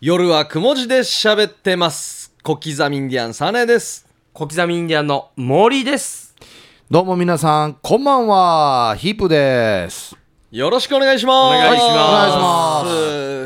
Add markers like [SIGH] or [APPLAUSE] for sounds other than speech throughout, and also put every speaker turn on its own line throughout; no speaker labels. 夜はくも字で喋ってます。小刻みインディアンサネです。
小刻みインディアンの森です。
どうも皆さん、こんばんは、ヒープです。
よろしくお願いします。
お願いします
お
願いし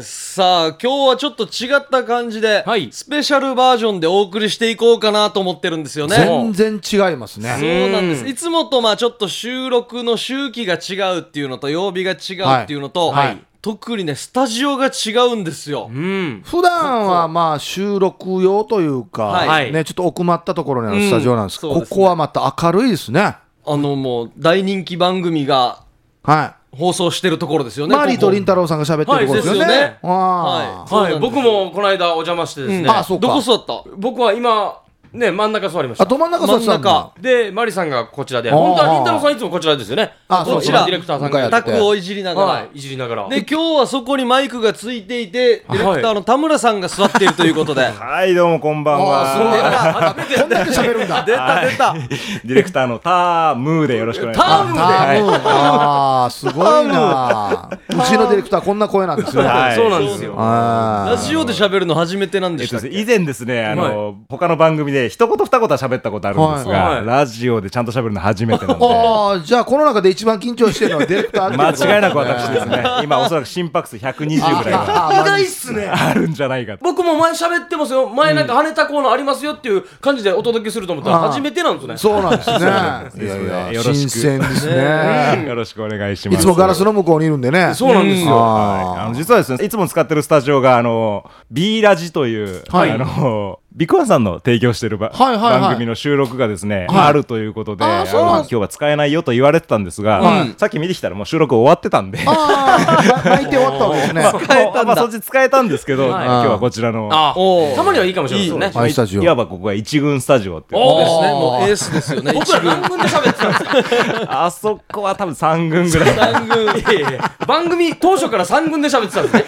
ます。さあ、今日はちょっと違った感じで、
はい
スペシャルバージョンでお送りしていこうかなと思ってるんですよね。
全然違います
そ
ね。
うなんで
う
す。
ん
いつもとまあちょっと収録の周期が違うっていうのと、曜日が違うっていうのと、
はいはい
特にね、スタジオが違うんですよ。
うん。
普段はまあ収録用というか、
はい
ね、ちょっと奥まったところにあるスタジオなんですけど、
うんそうですね
ここはまた明るいですね。
あのもう、大人気番組が
は
放送してるところですよ
い。
ね。
マーリーと
ここ
リンタロウさんが喋ってるところですよね。
はいですよね
あー
そうなん
は
です
い、僕もこの間お邪魔してですね。
あそうか
どこ座った
僕は今、ね、真ん中座りまし
あ、
た。
ど真ん中座ってたんだ。
で、マリさんがこちらで、
あー
本当はりんたろーさんいつもこちらですよね。
あ
こち
そう
ら、ディレクターさんが
向か
タ
い合って
クをいじりながら、
はい、いじりながら。
で今日はそこにマイクがついていてデ
はい
ィレクターの田村さんが座っているということで [LAUGHS]
はい、どうもこんばん
出
は。
た初めて
こんだけ喋る
[LAUGHS]
んだ。
出た出た
[LAUGHS] ディレクターのタームーでよろしくお願いし
タ
ま
ー
す。
ム
タ
で。
ームあー、すごいな。うちのディレクター、こんな声なんですよ。
は
はい
い
そうなんですよ。
あー
ラジオで喋るの初めてなん
え
で
っ
した
と
っけ、
ですね以前ですね、あの、他の番組で一言二言喋ったことあるんですが、
はいはい
ラジオでちゃんと喋るの初め
[LAUGHS]
てなんで、
ああ、じゃあこの中で一番緊張してるのはディレクターってうこと
間違いなく私ですね。今おそらく心拍数120ぐらいは
あー
意外っすね。
あるんじゃないかと。
僕も前喋ってますよ。前なんか跳ねたコーナーありますよっていう感じでお届けすると思ったら
あー
初めてなんですね。
そうなんですね。い
ね
やいや、
よろ
新
しく
鮮ですね。
よろしくお願いしま
い
す。
つもガラスの向こうにいるんでね。
そうなんですよ。
はい、あの実はですねいつも使ってるスタジオがあの B ラジという、
はい
あのビッグワンさんの提供してるば、
はいはいはい
番組の収録がですね、あるということで
あー
の
そうなん
今日は使えないよと言われてたんですが、さっき見てきたらもう収録終わってたんで。 [LAUGHS]
ああ、ま巻いて終わったわけですね。
まあ
使えたんだ
まあ、そっち使えたんですけど、
はい
今日はこちらの
あ
おー
ーたまにはいいかもしれないです
は
ね。
い、スタジオ。
いわばここが一軍スタジオっていう
お
ですね
あー
もうエースですよね
僕
一
ら
軍
何分で喋ってたんですか
あそこは多分3軍ぐ
[LAUGHS]
らい
三軍
いやいやいや番組当初から3軍で喋ってたんですね。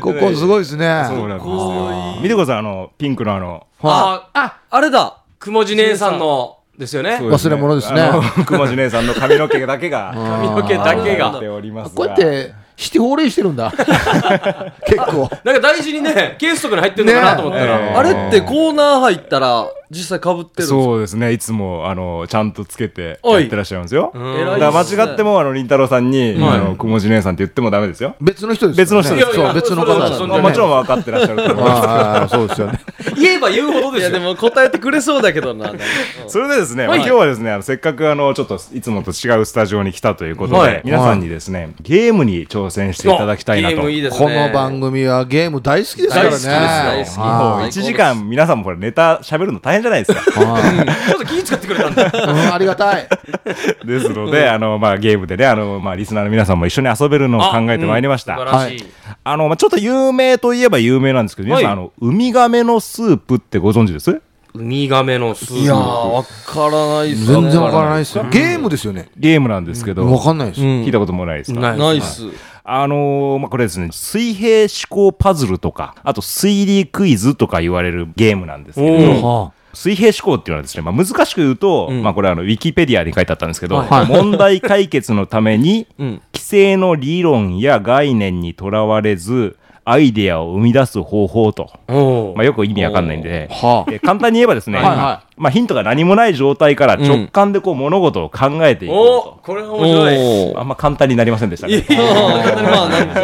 ここすごいですね。
そうなんです
こ
よ見てくださいあのピンクのあの
あー、
ああれだ
くもじ姉さんのですよね。
そうです
忘れ物ですね
あのくもじ姉さんの髪の毛だけが
髪の毛だけ
出
が。
ておりますが
こうやって、して法令してるんだ。 [LAUGHS] 結構。
なんか大事にね、ケースとかに入ってるのかなと思った
ね
ら。
え
あれってコーナー入ったら実際かぶってるんですか
そうですねいつもあのちゃんとつけて
お
や
い
ってらっしゃいますよだ
ん
偉い
から間違って
も
もあの凛太郎さんに、
はい
あのくもじ姉さんって言ってもダメですよ
別の人ですよね。
別の人です
いやいや
そう、別の方で
そ
すよ
う
ね。
まあもちろん分かってらっしゃると思います
あー。そうですよね。
言えば言うほどで
い
す
やで
よ。
も答えてくれそうだけどななんか
それでですね、まあ今日はですねあのせっかくあのちょっといつもと違うスタジオに来たということで、
はい
皆さんにですねゲームに挑戦していただきたいな
ゲー
と
ムいいですね。
この番組はゲーム大好きですからね。
大好きです大好き
はい
もう1時間皆さんもこれネタ喋るの大変じゃないですか
ちょっと気使ってくれた
[LAUGHS]
んだ。
うんありがたい。
ですのであの、まあ、ゲームでねあの、まあ、リスナーの皆さんも一緒に遊べるのを考えてまいりまし
素
た、
晴らしい。
あの、まあ、ちょっと有名といえば有名なんですけど、皆さん、
はい
あの、ウミガメのスープってご存知です
ウミガメのスープ。
いやーわからないっすね
全然わからないですよ。ゲームですよね。
ゲームなんですけど、
わかんないです。
聞いたこともないですか、
ない
ナイス
あのーまあ、これですね、水平思考パズルとか、あと推理クイズとか言われるゲームなんですけど、
おー
は
水平思考っていうのはですね、まあ、難しく言うと、まあ、これはあのウィキペディアに書いてあったんですけど、問題解決のために、規制の理論や概念にとらわれず、アイデアを生み出す方法と、
おー
まあ、よく意味わかんないんで、
は
えー簡単に言えばですね、
はいは
まあ、ヒントが何もない状態から直感でこう物事を考えてい
お
こ
ーこれは面白い。
うと、あんま簡単になりませんでした
いや
ね
い。や
まあなんか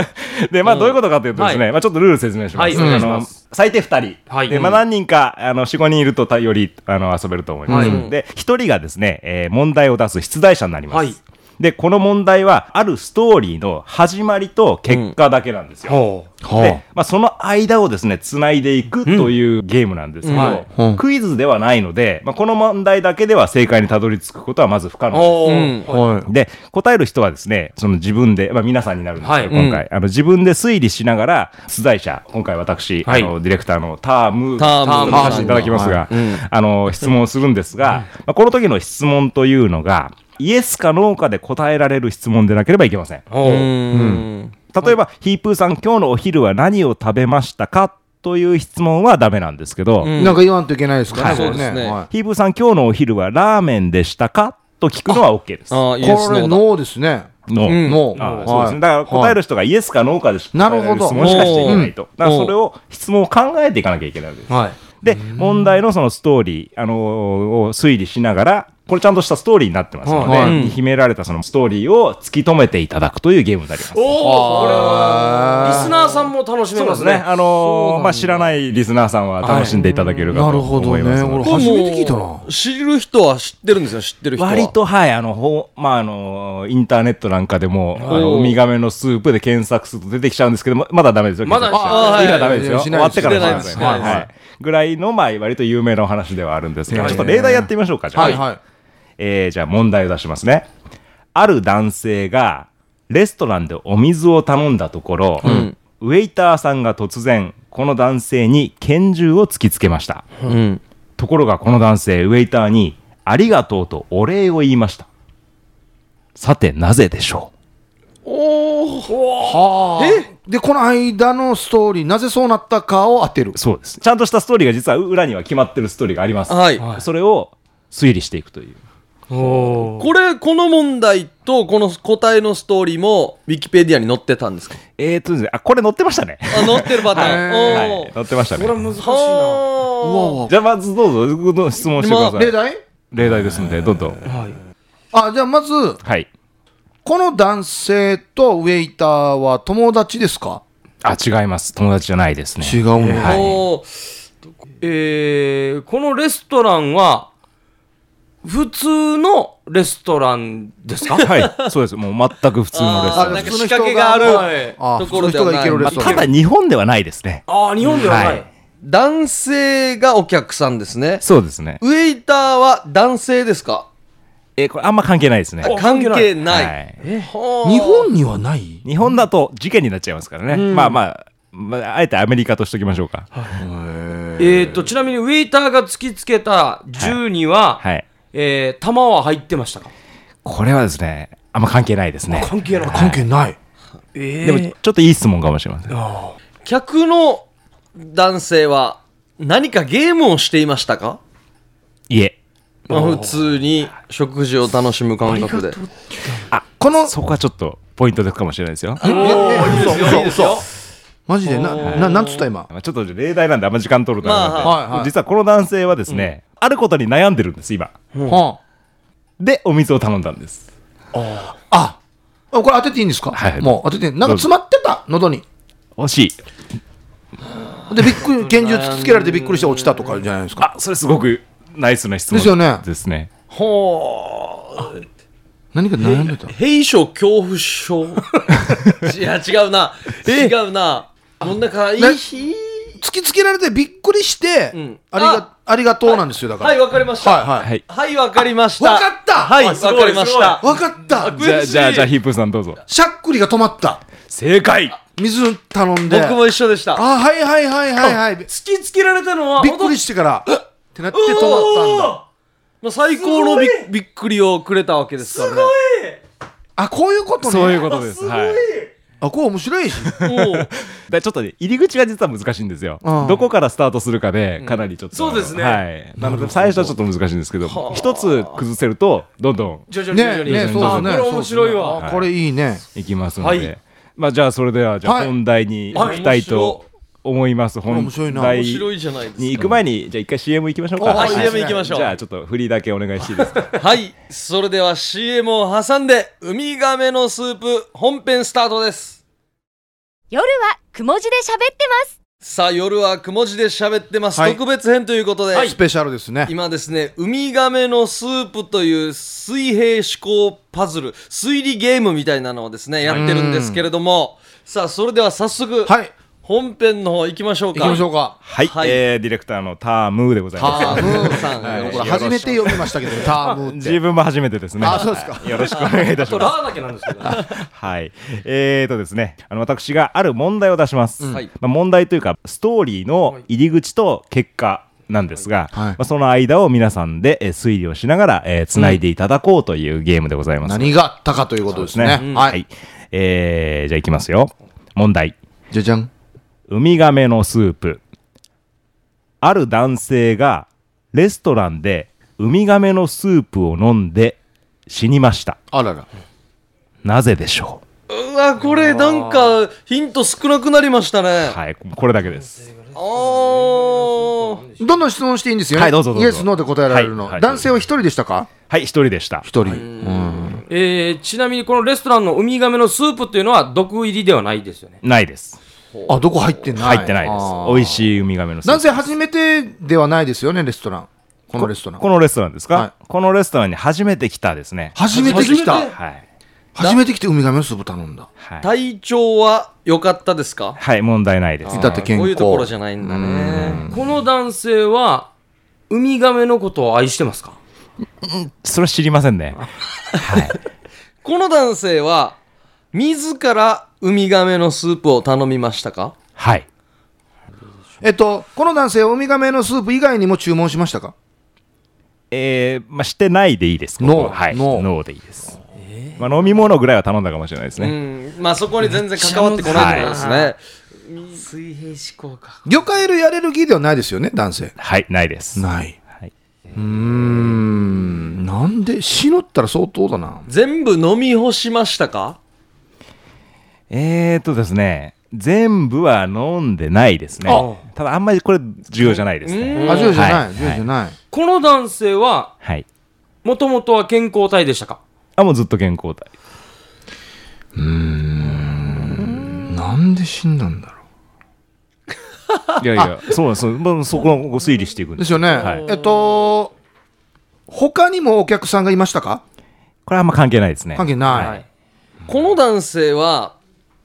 で、まあ、どういうことかというとですね、まあ、ちょっとルール説明します。
はいお願いし
あ
ま
の最低2人、
はい
でまあ、何人かあの4、5人いるとたよりあの遊べると思います。で、1人がですね、えー問題を出す出題者になります。
はい
で、この問題は、あるストーリーの始まりと結果だけなんですよ。
おー
は
で、まあ、その間をですね、つないでいくというゲームなんですけど、
はい
うん
クイズではないので、まあ、この問題だけでは正解にたどり着くことはまず不可能です。
お
うん
ーはい
は
で、答える人はですね、その自分で、まあ皆さんになるんですけど、
はい
今回、あの自分で推理しながら、出題者、今回私、
はい
あのディレクターのターム、
ターム
と
ターム
させていただきますが、あの、質問をするんですが、まあ、この時の質問というのが、イエスかノーかで答えられる質問でなければいけません。
おー
うん
例えば、ヒープーさん、今日のお昼は何を食べましたかという質問はダメなんですけど、
い。なんか言わんといけないですからね。
はい
これ
そうですね
は
ヒープーさん、今日のお昼はラーメンでしたかと聞くのは OK です。
ああ
い
イエス
これ
ノーだ
ノーですね。
の、
うん
の、
あそうですね。だから答える人がイエスかノーかでしか
なるほど
答える質問しかしていないと。だからそれを質問を考えていかなきゃいけないわけです。
はい。
で、問題のそのストーリー、あのーを推理しながら、これちゃんとしたストーリーになってますので、
はい
うん秘められたそのストーリーを突き止めていただくというゲームになります。
おお、これは
あー
リスナーさんも楽しめ
そう
ま
ですすね。
ね。
あのーまあ、知らないリスナーさんは楽しんでいただけるか
な
と
るほど
思います
ね。
ので。
俺
これ
初
もう
めて聞いたな。
知る人は知ってるんですよ知ってる人は
割とはいあのほうまああのインターネットなんかでもあの
おー
ウミガメのスープで検索すると出てきちゃうんですけどままだダメですよ
まだ
検索
あはい
今ダメですよ
し
終
ない
わってからの話
し
です
ないです
はいはいぐらいのまあ割と有名なお話ではあるんですが
はい
ちょっと例題やってみましょうかじゃあ、
はいはい。
えーじゃあ問題を出しますねある男性がレストランでお水を頼んだところ、ウェイターさんが突然この男性に拳銃を突きつけました、
うん
ところがこの男性ウェイターに「ありがとう」とお礼を言いましたさてなぜでしょ
えで、この間のストーリー、なぜそうなったかを当てる
う。そうですちゃんとしたストーリーが実は裏には決まってるストーリーがあります、
はい
それを推理していくという
お
これこの問題とこの答えのストーリーもウィキペディアに載ってたんですか
えー、とですねあこれ載ってましたね、
あ載ってるパターン
は
お
い、
ー
載ってましたね
難しいな。
う
は
わうわ。
じゃあまずどうぞどうぞ質問してくださ
例
い
題
例題ですのでどんどん
あ、じゃあまず、
はい
この男性とウェイターは友達ですか
あ違います友達じゃないですね
違うね
あ
はい、
おー
えー、このレストランは、普通のレストランですか
はい、そうですもう全く普通のレスト
あ
ラン
な
で
ん
す
か仕掛けがある
あ
ところではない
普通の人が行けるレスト
ま
ラ
あ
ン
ただ日本ではないですね
ああ、日本ではない。
はい
男性がお客さんですね
そうですね
ウェイターは男性ですか
えーこれあんま関係ないですね
お
関係ない、
はい
はー
日本にはない
日本だと事件になっちゃいますからね、まあまあ、まあ、あえてアメリカとしときましょうかはい、
えー、とちなみにウェイターが突きつけた銃には、えー弾は入ってましたか
これはですねあんま関係ないですね
係ない
関係ない。
え
でもちょっといい質問かもしれません
客の男性は何かゲームをしていましたか、
いえ
まあ、普通に食事を楽しむ感覚で
この、
そこはちょっとポイントですかもしれないですよ
ええ嘘嘘
ですよ
マジで、な、ななんつった今。
まあちょっと例題なんであんま時間取るとあれなんで、
ま
あはいはい
実はこの男性はですね、あることに悩んでるんです今
は
でお水を頼んだんです
あ。あ、これ当てていいんですか
はい
もう当てて、なんか詰まってた、喉に。
惜しい
で、び
[LAUGHS]
っくり、拳銃突きつけられてびっくりして落ちたとかじゃないですか。
あそれすごくナイスな質問
ですよね
ですね
ほう
何か悩んでた。
兵所恐怖症いや違うな違うなもうなんかいい
な
日
突きつけられてびっくりして、
ん
ありが、ありがとうなんですよ、だから。
はいわかりました
はいはい
は
は
い
いわかりました
わかった
はいわ
あす
か
ごい
りました
わかった
じゃあじゃあじゃあヒップーさんどうぞ
しゃっくりが止まった。
正解
水頼んで。
僕も一緒でした
あ、はいはいはいはいはい。び
突きつけられたのは
っくりしてから、ってなって止まったんだ。
まあ最高のびびっくりをくれたわけですからね
あ、こういうことね。
そういうことですはい
あ、こう面白いし。
おう
だからちょっとね、入り口が実は難しいんですよ。
うん
どこからスタートするかで、かなりちょっと、
そうですね
はい。なので、最初はちょっと難しいんですけど、一つ崩せると、どんどん
徐々に徐々
ね
に、
ね、そうですね。
あこれ面白いわ、
あこれいいね。
いきますの
は
で、
い
まあ、じゃあ、それでは、じゃ
は
あ、
い
本題に行きたいと思います。
い
本
面白いな
題
面白いじゃないです
に行く前に、じゃあ、一回 CM 行きましょうか。
あはい
CM 行きましょう
じゃあ、ちょっと振りだけお願いしていいですか。
かはいそれでは CM を挟んでウミガメのスープ本編スタートです
夜はくも字で喋ってます
さあ夜はくも字で喋ってます、
はい
特別編ということで、
スペシャルですね。
今ですねウミガメのスープという水平思考パズル推理ゲームみたいなのをですねやってるんですけれどもさあそれでは早速、
はい
本編の方行きましょう
行
か
きましょうか。
はい、
はい
えー、ディレクターのタームーでございます。
タームーさん、
はい
よ
こ
ろし
れ
く
初めて読みましたけど、タームっ
自
て。
分も初めてですね。
あそうですか
はいよろしくお願いいたし
と
ます
[LAUGHS]
ラ。ーだけなんですけど
はい。えーとですね、あの、私がある問題を出します。
はい
まあ、問題というか、ストーリーの入り口と結果なんですが、
はい
まあ、その間を皆さんで、えー推理をしながら、えー、繋いでいただこうというゲームでございます。
何があったかということです
ね
ね。はい。
えー、じゃあいきますよ。問題。
じゃじゃん。
ウミガメのスープ。ある男性がレストランでウミガメのスープを飲んで死にました。
あらら。
なぜでしょ
うわこれなんかヒント少なくなりましたね、
うはいこれだけです
あー
どんどん質問していいんですよね。
はいどうぞどうぞ
イエス、ノーで答えられるの。
はいはい
男性は一人でしたか
はい一人でした
一人。うん
えーちなみにこのレストランのウミガメのスープっていうのは毒入りではないですよね
ないです
あ、どこ入ってない
入ってないです
あー
美味しいウミガメのスープ
男性初めてではないですよね、レストラン。このレストラン
こ。のレストランですか、
はい
このレストランに初めて来たですね
初めて来た。
はい
初めて来てウミガメのスープ頼んだ。
はい、
体調は良かったですか
はい、問題ないです
至って健康。
こういうところじゃないんだね
この男性はウミガメのことを愛してますか
それ知りませんね
この男性は自らウミガメのスープを頼みましたか
はい
えっと、この男性はウミガメのスープ以外にも注文しましたか
えー、まあしてないでいいですこ
ノー
こははい
ノー
ノーでいいです、まあ、飲み物ぐらいは頼んだかもしれないです
う
ね、
んまあそこに全然関わってこないってことですね
水平思考か
魚介類アレルギーではないですよね、男性。
はいないです
ない。
はい、
うーん、なんで、死ぬったら相当だな。
全部飲み干しましたか
えーとですね全部は飲んでないですね
あ
ただあんまりこれ重要じゃないですね
あ、ジューじゃない、
はい
ジューじゃない。
この男性は
はい
もともとは健康体でしたか
あもうずっと健康体
なんで死んだんだろ
いやいやそうなんですよもうそこを推理していくん
う。
で
ですすよね。
はい
えっと、他にもお客さんがいましたか
これはあんま関係ないですね
関係
は
ないい。
この男性は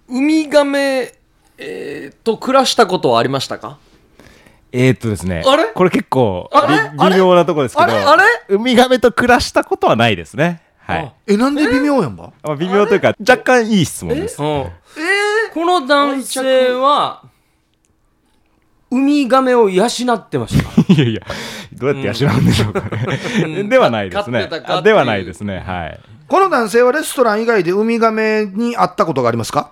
ウミガメ、えーと暮らしたことはありましたか
えー、っとですね
あれ
これ結構
あれ
び微妙なとこですけど
あれあれ
ウミガメと暮らしたことはないですねはい
え、なんで微妙やんば
まあ、微妙というか若干いい質問です
うんこの男性はウミガメを養ってましたか
[LAUGHS] いやいやどうやって養うんでしょうかね、 [LAUGHS] ではないです
飼
ね
ってたかっていう
あではないですねはい
この男性はレストラン以外でウミガメに会ったことがありますか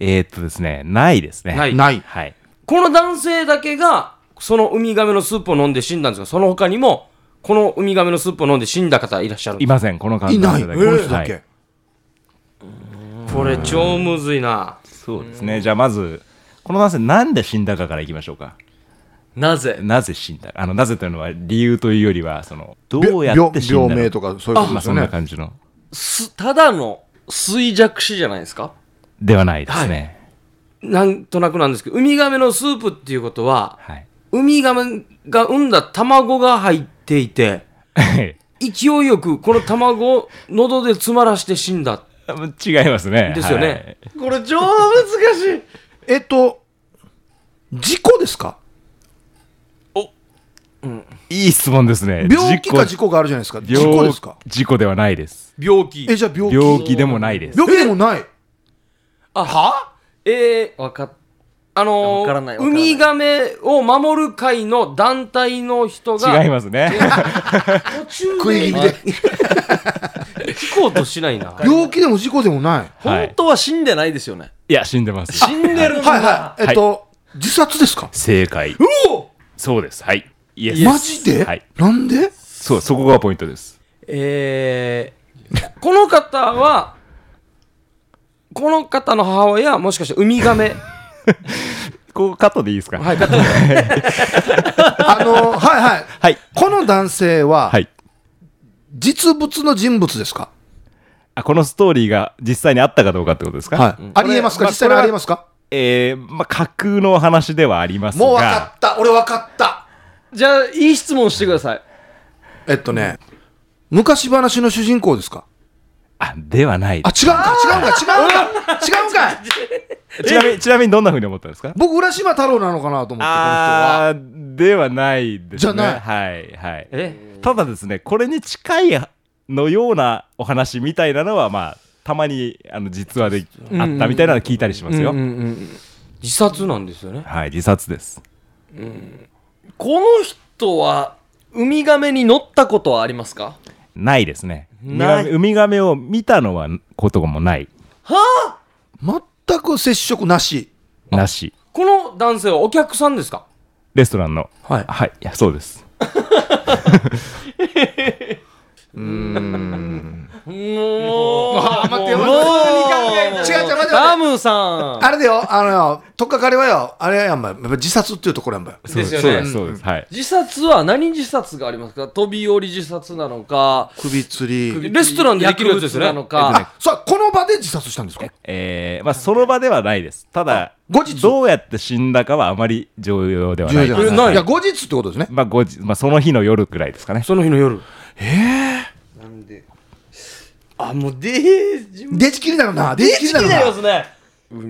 えー、っとですねないですね
ない
ない。
はい
この男性だけがそのウミガメのスープを飲んで死んだんですかその他にもこのウミガメのスープを飲んで死んだ方いらっしゃるんで
いませんこの感
い
じ
ない。この人だ
はい
け。
すかこれ超むずいな
そうですねじゃあまずこの男性なんで死んだかからいきましょうか
なぜ
なぜ死んだあのなぜというのは理由というよりはそのどうやって
病
死んだの
病名とかそういうこと
まあ
です
そ
よ
んな
ね。
感じの
すただの衰弱死じゃないですか
ではないですね
なんとなくなんですけどウミガメのスープっていうことは
はい、
ウミガメが産んだ卵が入っていて勢いよくこの卵を喉で詰まらして死んだ
[LAUGHS] 違いますね
ですよね
はい
これ超難しい
えっと、事故ですか
いい質問ですね。
病気か事故があるじゃないですか。事故ですか
病事故ではないです。
病気
え、じゃあ病気
病気でもないです。
病気でもない。
あはえー、
分かっ
あ
わ
の
からない
ー、
わか
ウ
らない
ミガメを守る会の団体の人が
違いますね。
途中
食い気味で。
聞こうとしな
[LAUGHS]
いな
病気でも事故でもない。
は
本
い。
当は死んでないですよね
いや、死んでます。
死んでるんだ、
はいはい。えっと、自殺ですか
正解。
お
そうです。はい。イエス
マジで、
はい。
なんで
そう、そこがポイントです。
えー、この方はこの方の母親はもしかしてウミガメ
ここカットでいいですか。
はいい方は
あの、はいはい。
はい。
この男性は
は、い。
実物の人物ですか
あこのストーリーが実際にあったかどうかってことですか
はい。ありえますか
これ
実際にありえますか
えー、まあ、架空のお話ではありますが。
もう分かった。俺分かった。
[LAUGHS] じゃあいい質問してください
えっとね、昔話の主人公ですか
あ、ではない
あ、。違うか、違うか、違うか、違うんかい。
ちなみに、ちなみにどんなふうに思ったんですか
僕、浦島太郎なのかなと思って、この人は。
あーではないですね。
じゃない
はい、はい。
え
ただですねこれに近いのようなお話みたいなのはまあたまにあの実話であったみたいなの聞いたりしますよ、
うんうんうん
自殺なんですよね
はい自殺です
この人はウミガメに乗ったことはありますか
ないですね
ない
ウミガメウミガメを見たのはこともない
全く接触なし。
なし
この男性はお客さんですか
レストランの
はい
はいいやそうです
うーん。
もう、
あ待ってよ
もう
普通に考え違う違う待って
ラムさん。
あれだよ、あのよ、とっかかりはよ、あれやんばい、やっぱ自殺っていうところやんばい。
ですよ
そう
ね
です、。そうです。はい。
自殺は何自殺がありますか飛び降り自殺なのか、
首吊り。
レストランでできるやつですよね
薬物なのか、
あ、そう、この場で自殺したんですか
えー、まあ、その場ではないです。ただ、
後日
どうやって死んだかはあまり重要ではない。
えない
いや、後日ってことですね。
まあ、後日、まあ、その日の夜くらいですかね。
その日の夜
なんで。あ、もうデージ
デジ切りなのな、デジ切りなの
だよ
な。
すね。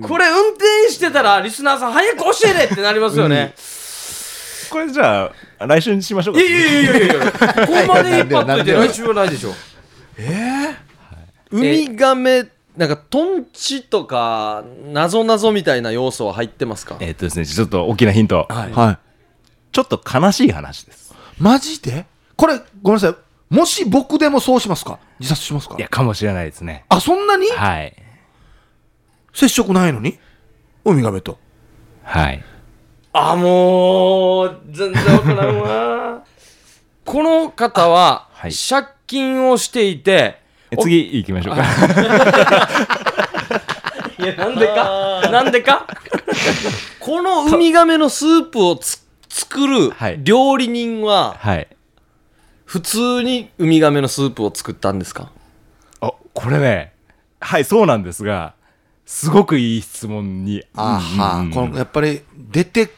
これ運転してたらリスナーさん早く教えれってなりますよね、
これじゃあ、来週にしましょうか。
いやいやいやいやいやここまで引っ張っといて
なんで
来週はないでしょ
ウミガメ、なんか、トンチとか、なぞなぞみたいな要素は入ってますか
えーっとですね、ちょっと大きなヒント。
はい。
ちょっと悲しい話です。
マジでこれ、ごめんなさい。もし僕でもそうしますか自殺しますか
いや、かもしれないですね。
あ、そんなに
はい。
接触ないのにウミガメと。
はい。
あもう全然わからんわ [LAUGHS] この方は、
はい
借金をしていて
え次行きましょうか。
いやなんでかなんで [LAUGHS] か
このウミガメのスープをつ作る
はい
料理人は、
はい。
普通にウミガメのスープを作ったんですか
あ、これね、はい、そうなんですが、すごくいい質問に。
あは
うん
このやっぱり出て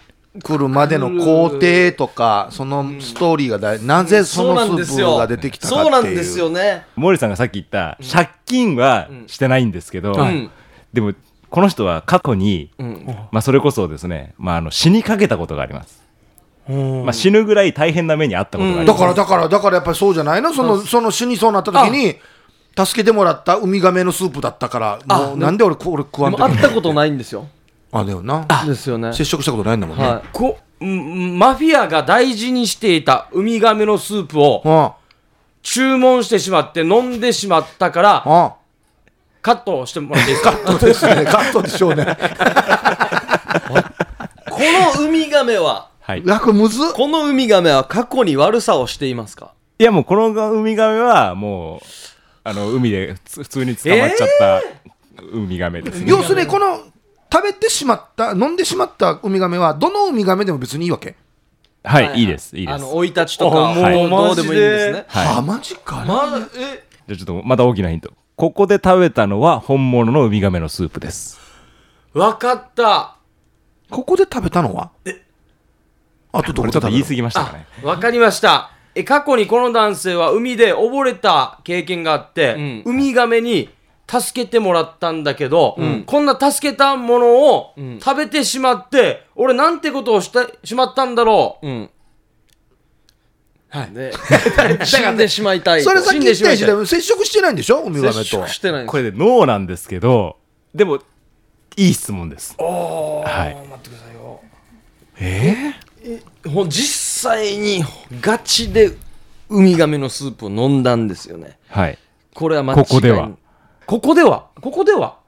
くるまでの工程とか、そのストーリーが大事なぜそ
そうなん
の
で
ス
す
ープが
よ
出てきたかってい。
そううなんですよね。
森さんがさっき言った、借金はしてないんですけど、
はい
でも、この人は過去に、
ん
まあ、それこそですね、まあ、あの死にかけたことがあります。まあ、死ぬぐらい大変な目にあったことがあり
だ
ます。
からだからだからやっぱりそうじゃないのそのその死にそうになった時に助けてもらったウミガメのスープだったからもうなんで俺これ食わ
で
ん
も
と
会ったことないんですよ。
あだよな
ですよね。
接触したことないんだもんね、
は
こんマフィアが大事にしていたウミガメのスープを
あ
注文してしまって飲んでしまったから
あ
カットしてもらっていいです
カ
[LAUGHS] か
ットですねカットでしょうね
い。このウミガメは、
はい。い
楽むずっ
このウミガメは過去に悪さをしていますか
や、もうこのウミガメは、もう、あの、海で普普通に捕まっちゃったウミガメですね。
要するにこの食べてしまった飲んでしまったウミガメはどのウミガメでも別にいいわけ、
はい、いいです、いいで
あ
す。
の、
じ
生い立ちとか、
あ
も
も
う
う
どうでもいいんです
マ
ね。
はあマジか、
まだ、え、
ゃあちょっとまた大きなヒント。ここで食べたのは本物のウミガメのスープです。
わかった
ここで食べたのはあとどこ
これ
で
ちょ
食
っと
べ
言い
る
過ぎましたかね。
わかりましたえ過去にこの男性は海で溺れた経験があって、
う
ウミガメに助けてもらったんだけど、
ん
こんな助けたものを
ん
食べてしまって、俺なんてことをしてしまったんだろう、
うん。
はい
ね死んでしまいたいと。
それさ
死
っき
ん
言
で
っ
しま
た
いた
やつ
い
でも接触してないんでしょウミガメ
接
と
触してないんです
これで脳なんですけど、でも、いい質問です。はい。
ほ実際にガチでウミガメのスープを飲んだんですよね
はい。
これは間違いない
ここでは
ここではここでは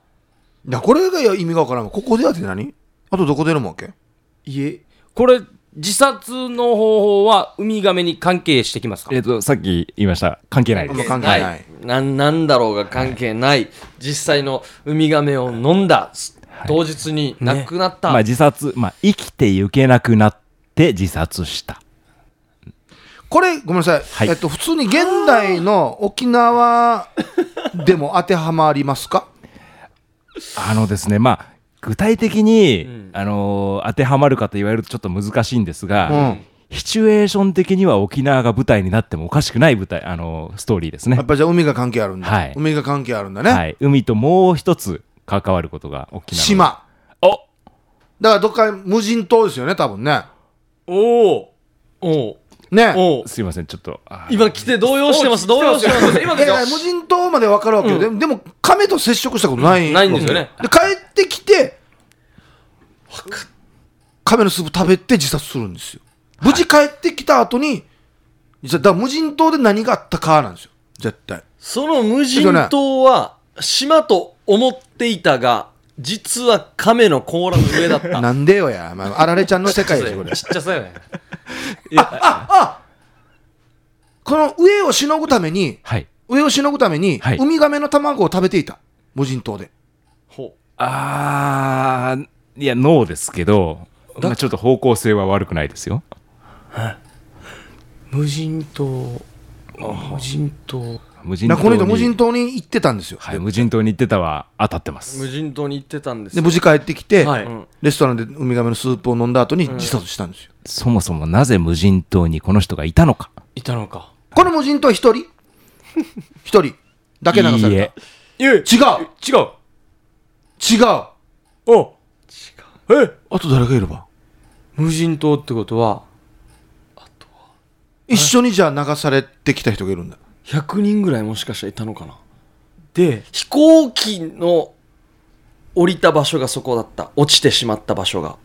い
やこれが意味がわからんここではって何あとどこで飲むわけ
いえこれ自殺の方法はウミガメに関係してきますか
えっ、と、さっき言いました。関係ないです。
関係
は
ない、
い、なんなんだろうが関係ない、実際のウミガメを飲んだ、当日に亡くなった、
まあ自殺、まあ生きていけなくなって自殺した。
これごめんなさい、
はい
えっと、普通に現代の沖縄でも当てはまりますか
あのですね、まあ具体的に、あのー当てはまるかと言われるとちょっと難しいんですが、
うん
シチュエーション的には沖縄が舞台になってもおかしくない舞台、あのーストーリーです
や
ね
っ。ぱじゃあ海が関係あるんだ、
はい
海が関係あるんだね、
はい。海ともう一つ関わることが沖縄。。
島
お
だからどっか無人島ですよね多分ね
おお
おう
ね
おう
すいません、ちょっと。あー
今来て動揺してます動揺してます
今
いやいや無人島まで分かるわけよ、でもでも亀と接触したことない、
ないんですよね
で帰ってきて亀のスープ食べて自殺するんですよ無事帰ってきた後に実はだから無人島で何があったかなんですよ絶対
その無人島は島と思っていたが実は亀の甲羅の上だ
[LAUGHS]
った
なんでよや、まあ、あられちゃんの世界でしょこれ
ちっちゃそうやね
この上をしのぐために、
はい。
上をしのぐために、
はい
ウミガメの卵を食べていた。無人島で。
ほ
あー、いや、ノーですけど、まあ、ちょっと方向性は悪くないですよ。
無人島無人島
無人
な
島
この人無人
島、
島に行ってたんですよ。
はい、無人島に行ってたは当たってま
う無
す。
人島に行ってたんです
で、
よ
無事帰ってきて、
はい
うん
レストランでウミガメのスープを飲んだ後に自殺したんですよ。
そもそもなぜ無人島にこの人がいたのか。
いたのか
この無人島一人 [LAUGHS] 一人だけ流さ
いい
れ
え
い
た。
や違う
違う
違う
違うあ
お違うえ
と誰がいれば
無人島ってことは
一緒にじゃあ流されてきた人がいるんだ。
100人ぐらいもしかしたらいたのかな
で
飛行機の降りた場所がそこだった落ちてしまった場所が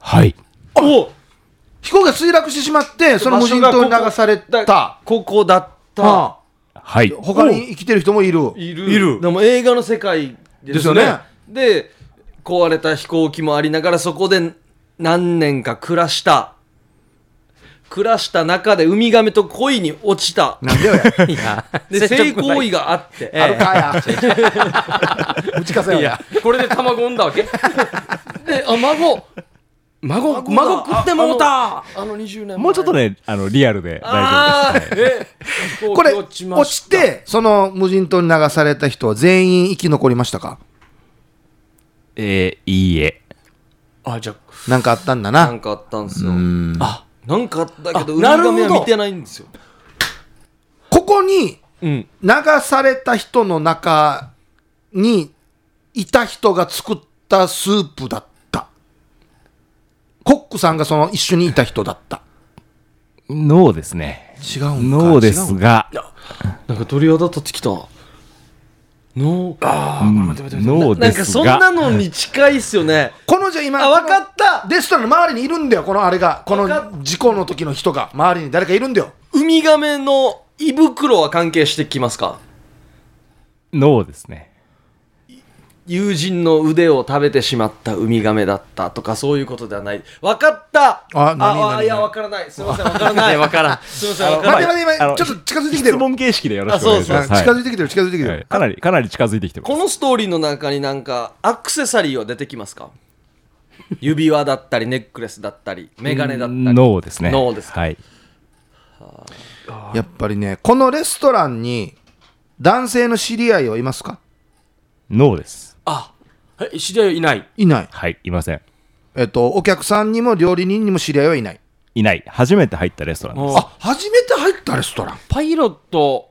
はい。
お
飛行機が墜落してしまって、その無人島に流された。
ここだった、
はあ
はい。
他に生きてる人もいる。
いるでも映画の世界です,、ね、
ですよね
で壊れた飛行機もありながらそこで何年か暮らした暮らした中でウミガメと恋に落ちた
なんでよや。
いや
で性行為があって、
あるか [LAUGHS] や。打ち稼いや。
これで卵産ん
[LAUGHS]
だわけであ孫孫
孫が
孫食ってもうた
あの20年前
もうちょっとね、あの、リアルで大
あ
丈夫
あ
です。
え
これ、
落
落
ちまし
ちて、その無人島に流された人は全員生き残りましたか
えー、いいえ。
あじゃ
なんかあったんだ
なん
な。
かあったんですよ
うん
あ
なんかあったけどウ
あ
ミ
な
ガ
るほど
メは見てないんですよ
ここに
うん
流された人の中にいた人が作ったスープだった。コックさんがその一緒にいた人だった。
ノーですね。
違うんか。
ノーですが、
なんか鳥肌立ってきたの
うんノー
な
で
んか
す
そんな
が、
のに近いっすよね
このじゃ今、
あ分かった
レストランの周りにいるんだよ、このあれが。こ
わか
の事故の時の人が。周りに誰かいるんだよ。
ウミガメの胃袋は関係してきますか
ノーですね。
友人の腕を食べてしまったウミガメだったとかそういうことではない分かった
あ何何
あ
何
いや分からないすいません分から
[LAUGHS]
ない分からんすいません分か
待っ
ら
て
ない
待って
あ
待って、
の
ちょっと近づいてきて
質
る。
問形式でよろしくお願いし
あ
ま
そう
す。
そ
は
近づいてきてる、近づいてきて
はい
る。
かなり、かなり近づいてきてます。
このストーリーの中になんかアクセサリーは出てきますか指輪だったりネックレスだったりメガネだったり
ノーですね。
ノーですか
はい。
やっぱりね、このレストランに男性の知り合いはいますか
ノーです。
あえ知り合いはいない
いない。
はい、いません。
えっと、お客さんにも料理人にも知り合いはいない。
いない。初めて入ったレストランです。
あ
あ、初めて入ったレストラン。
パイロット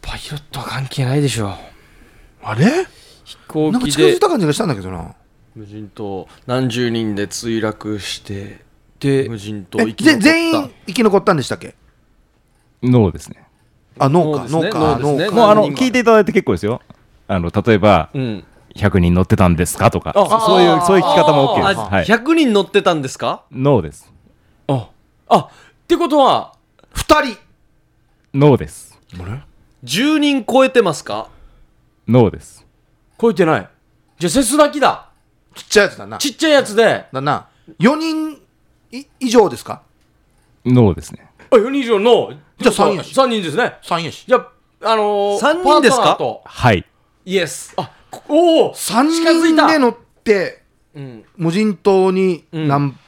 パイロットは関係ないでしょ
あれ
飛行
なんか
機
近づ
で
いた感じがしたんだけどな。
無人島何十人で墜落してで無人島
え、
生き残
ぜ
った
全員生き残ったんでしたっけ
ノーですね。
あ、農家、
そう
農
で
家
すね、そう
農
ですね
家。
もうあの
何人か
聞いていただいて結構ですよ。あの例えば
うん
100人乗ってたんですかとか
あ
そういう
あ
そういう聞き方も OK
あ、
です。はい。
100人乗ってたんですか
ノーです。
ああってことは
二人。
ノーです。
10人超えてますか
ノーです。
超えてないじゃあセスナキだ
ちっちゃいやつだな。
ちっちゃいやつで
だな。4人い以上ですか
ノーですね。
あ4人以上の
じゃあ三人やし
3人ですね
?3 やし。
じゃああのー、
三人ですか
パートナーと
はい。
イエスあ
おお
3
近づい
人
た
で乗って、
うん
無人島にナン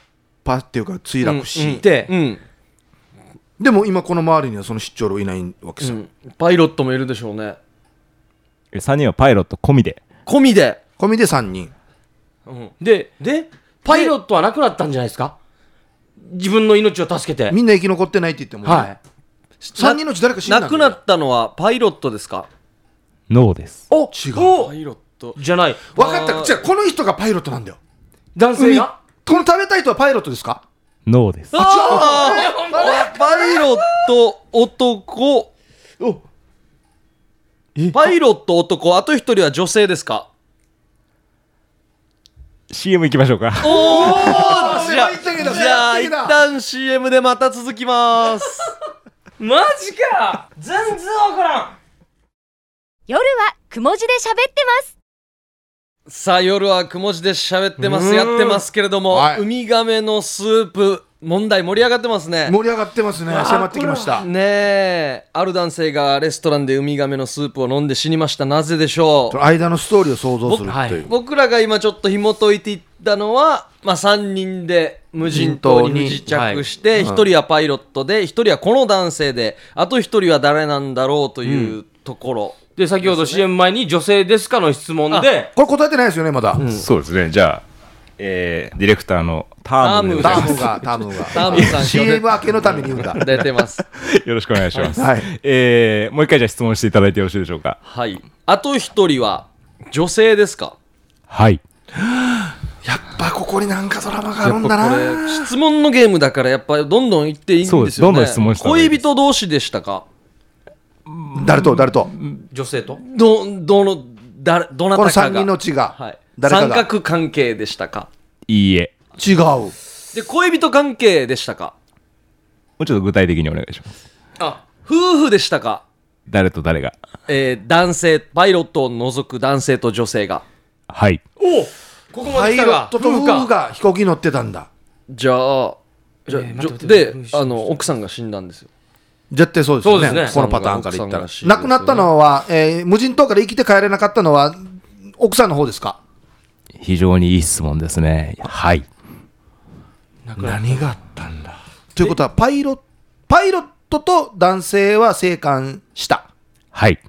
パっていうか墜落し、
で
うん、
でも今この周りにはその出張郎いないわけ
う
さ。
ん、パイロットもいるでしょうね
3人はパイロット込みで。
込みで、
込みで3人。
うん、
ででパイロットはなくなったんじゃないですか自分の命を助けて
みんな生き残ってないって言っても、
はい
3人のうち誰か死んだん
亡
だ
く
よ
なったのはパイロットですか
ノーです。
お
違う
お
パイロット
じゃない
分かっ
あ
た
ー
じゃあこの人がパイロットなんだよ
男性が
この食べたい人はパイロットですか
ノーです。
あーパイロット男パイロット男あと一人は女性ですか
CM 行きましょうか。
あ
じゃあ
狭いんだけど
じゃあ
狭いん
一
だけど
旦 CM でまた続きます
マジか全然わからん
夜はくも字で喋ってます
さあ夜はくも字で喋ってま
う
す
ん
やってますけれども、
はい
ウミガメのスープ問題盛り上がってますね
盛り上がってますね迫ってきました
ねえある男性がレストランでウミガメのスープを飲んで死にましたなぜでしょう
間のストーリーを想像するっていう、
僕らが今ちょっと紐解いていったのは、まあ、3人で無人島に不時着して、
うん
1人はパイロットで1人はこの男性であと1人は誰なんだろうというところ、
で、先ほど CM 前に女性ですかの質問で、
これ答えてないですよねまだ、
そうですね。じゃあ、えーディレクターのタームでご
タ
ざい
ー
ます
ムがターム
[LAUGHS]
が
タームさん
CM 明けのために言うんだ
出てます [LAUGHS]
[LAUGHS] よろしくお願いします。
はい
えーもう一回じゃあ質問していただいてよろしいでしょうか。
はいあと1人は女性ですか
はい。
やっぱここになんかドラマがあ
や
る
っ
んだ
ぱこ
な
れ質問のゲームだからやっぱりどんどんいっていいんですよ
そう
ね
ですどんどん質問した方がいい
恋
です
人同士でしたか
誰と誰と
女性と
どどのだどな
この
たか
3
が
人の血が、
はい、
誰か
三
が
角関係でしたか
いいえ。
違う
で恋人関係でしたか
もうちょっと具体的にお願いします。
あ、
夫婦でしたか、
誰と誰が。
えー男性パイロットを除く男性と女性が
はい。
おおここま
パ
で来
イロ
た
ッ
が
トと夫婦が飛行機に乗ってたんだ
じゃあじゃあ、
えー
じ
待
ょ
って待って
で
待って
あの奥さんが死んだんですよ
絶対そうですよね
そうですね
このパターンから言ったら
奥さんが
亡くなったのは、えー無人島から生きて帰れなかったのは奥さんの方ですか
非常にいい質問ですね。はい。
何があったんだということはパイロパイロットと男性は生還した
はい。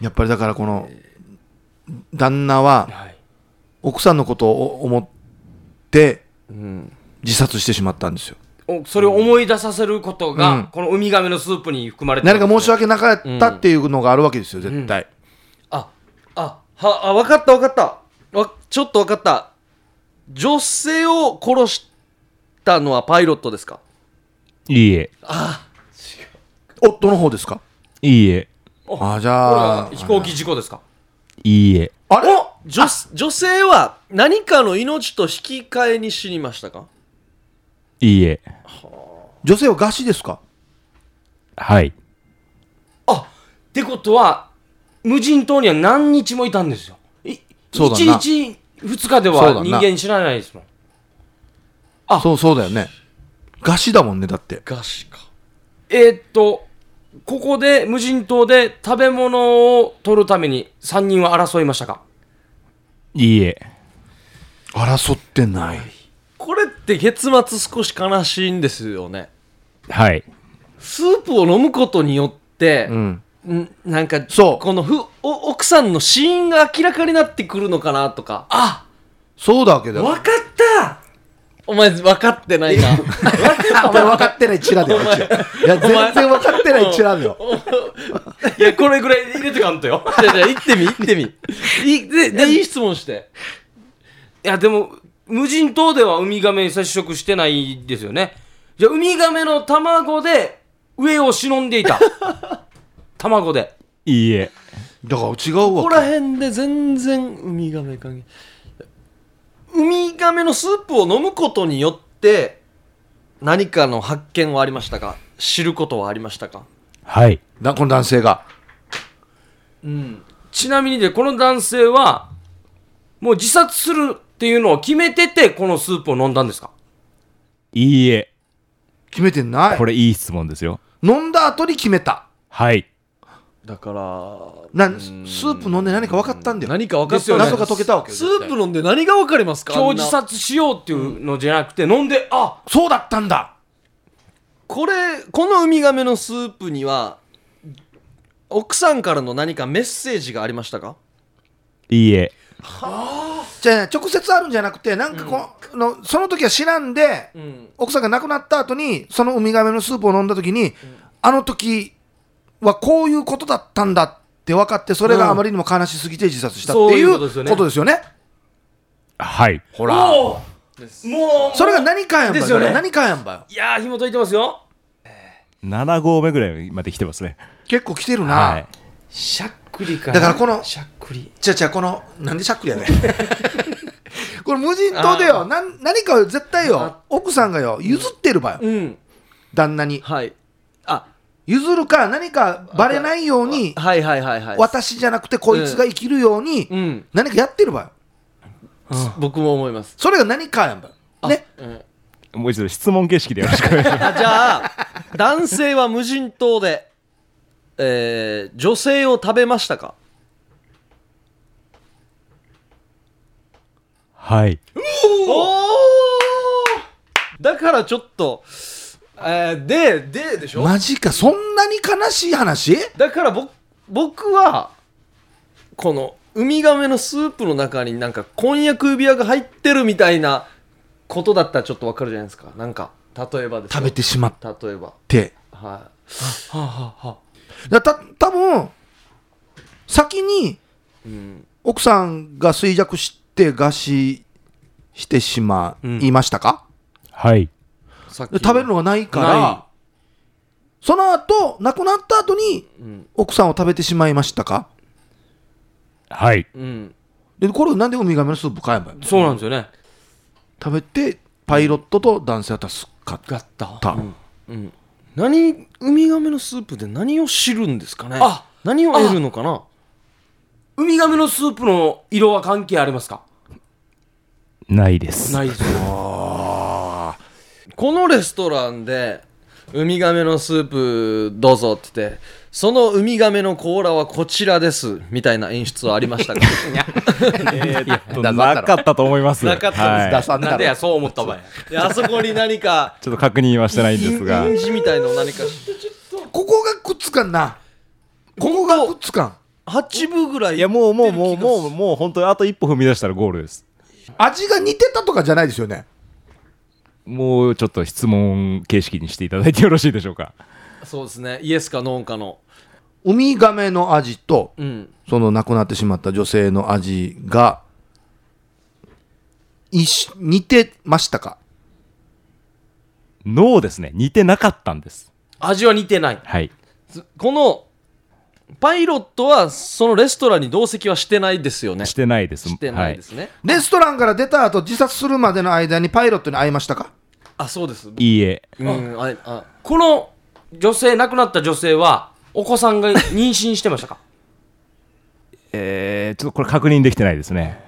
やっぱりだからこの旦那は
はい
奥さんのことを思って
うん
自殺してしまったんですよ
おそれを思い出させることが、
うん
このウミガメのスープに含まれて
何か申し
訳
訳なかったっていうのがあるわけですよ絶対、
ああはあ分かった分かったわちょっと分かった女性を殺したのはパイロットですか
いいえ。
夫の方ですか
いいえ。
あーじゃあ
飛行機事故ですか
いいえ。
あれ
女女性は何かの命と引き換えに死にましたか
いいえ。
女性は餓死ですか
はい。
あってことは無人島には何日もいたんですよい
そうだな
1日2日で
そうだな
は人間知らないですもんあ
そうそうだよね餓死だもんねだって
餓死か
えーっとここで無人島で食べ物を取るために3人は争いましたか
いいえ。
争ってない
これって結末少し悲しいんですよね
はい。
スープを飲むことによって
う、ん
んなんか
そう
このふお奥さんの死因が明らかになってくるのかなとか
あ
そうだわけだ
わ
よ
かった
お前分かってないな
お前分かってないチラだよ一応いや全然分かってないチラだよ
いやこれぐらい入れてかんとよ
じゃあじゃあ行ってみ行ってみいででいい質問して
[LAUGHS] いやでも無人島ではウミガメに接触してないですよねじゃあウミガメの卵で上を忍んでい [LAUGHS] た卵で
いいえ。
だから違
こ
う
こ
わ
ら
け
辺で全然ウミガメ関係ウミガメのスープを飲むことによって何かの発見はありましたか知ることはありましたか
はい。
なこの男性が
うん
ちなみにでこの男性はもう自殺するっていうのを決めててこのスープを飲んだんですか
いいえ。
決めてない
これいい質問ですよ。
飲んだ後に決めた
はい。
だから
なスープ飲んで何か分かったんだよ
何か分かっ
です
た
よね
謎が解けたわけよ
スープ飲んで何が分かりますか
今日
あん
自
な
殺しようっていうのじゃなくて飲んであ
そうだったんだ
これこのウミガメのスープには奥さんからの何かメッセージがありましたか
いいえ。
じゃあ直接あるんじゃなくてなんかこの、その時は知らんで、
ん
奥さんが亡くなった後にそのウミガメのスープを飲んだ時に、あの時はこういうことだったんだって分かってそれがあまりにも悲しすぎて自殺したってい
そういうう
こ
ことと
で
ですす
よ
よ
ね。
ね
はい。
ほ
お
ら
おーもう
それが何かやんば
で
よ、
すよね
何かやんばよ
いやー紐解いてますよ
7合目ぐらいまで来てますね。
結構来てるな、
はい。
しゃっくりか
だからこの
しゃっくり
じゃじゃこのなんでしゃっくりや
[LAUGHS]
ねんこれ無人島でよなん何かを絶対よ奥さんがよ譲ってるばよ、
うん
旦那に
はいあ
譲るか何かバレないように
はいはいはいはい
私じゃなくてこいつが生きるように
うん
何かやってるばよ
僕も思います
それが何かやんばよね
うん
もう一度質問形式でよろしくお願いします。
あじゃあ [LAUGHS] 男性は無人島で、えー女性を食べましたか
[LAUGHS] はい。
おだからちょっと、えーでででしょ、
マジか、そんなに悲しい話
だから僕僕はこのウミガメのスープの中になんか婚約指輪が入ってるみたいなことだったらちょっとわかるじゃないですかなんか例えばですよ
食べてしまっ
例えば
て。
はい
だた多分先に奥さんが衰弱して餓死してしまいましたか、
はい。
さっき
で食べるのがないからその後亡くなった後に
うん
奥さんを食べてしまいましたか
はい。
うん
でこれなんでウミガメのスープ買えばいいの
そうなんですよね
食べてパイロットと男性は助かっ
ガッタ
た、
うん何ウミガメのスープで何を知るんですかね
あ
何を得るのかな
ウミガメのスープの色は関係ありますか
ないです。
ないですよ
このレストランでウミガメのスープどうぞって言ってそのウミガメの甲羅はこちらですみたいな演出はありましたか
えーっとなかったと思います。
なかったです
は
出
い
さんだ
なんでや
ろ
そう思った場合
であそこに何か
ちょっと確認はしてないんですが
印。字みたいのを何かし
ここがくっつかんなここがくっつかん
8分ぐらい
いやもうもうもうもうもう本当にあと一歩踏み出したらゴールです。
味が似てたとかじゃないですよね
もうちょっと質問形式にしていただいてよろしいでしょうか。
そうですねイエスかノーかの
ウミガメの味と
うん
その亡くなってしまった女性の味が一緒似てましたか
ノーですね。似てなかったんです。
味は似てない
はい。
このパイロットはそのレストランに同席はしてないですよね
してないです。
してないですね、
レストランから出た後自殺するまでの間にパイロットに会いましたか
あそうです
はい。いいえ。
うんああ
この女性亡くなった女性はお子さんが妊娠してましたか
えー、ちょっとこれ確認できてないですね。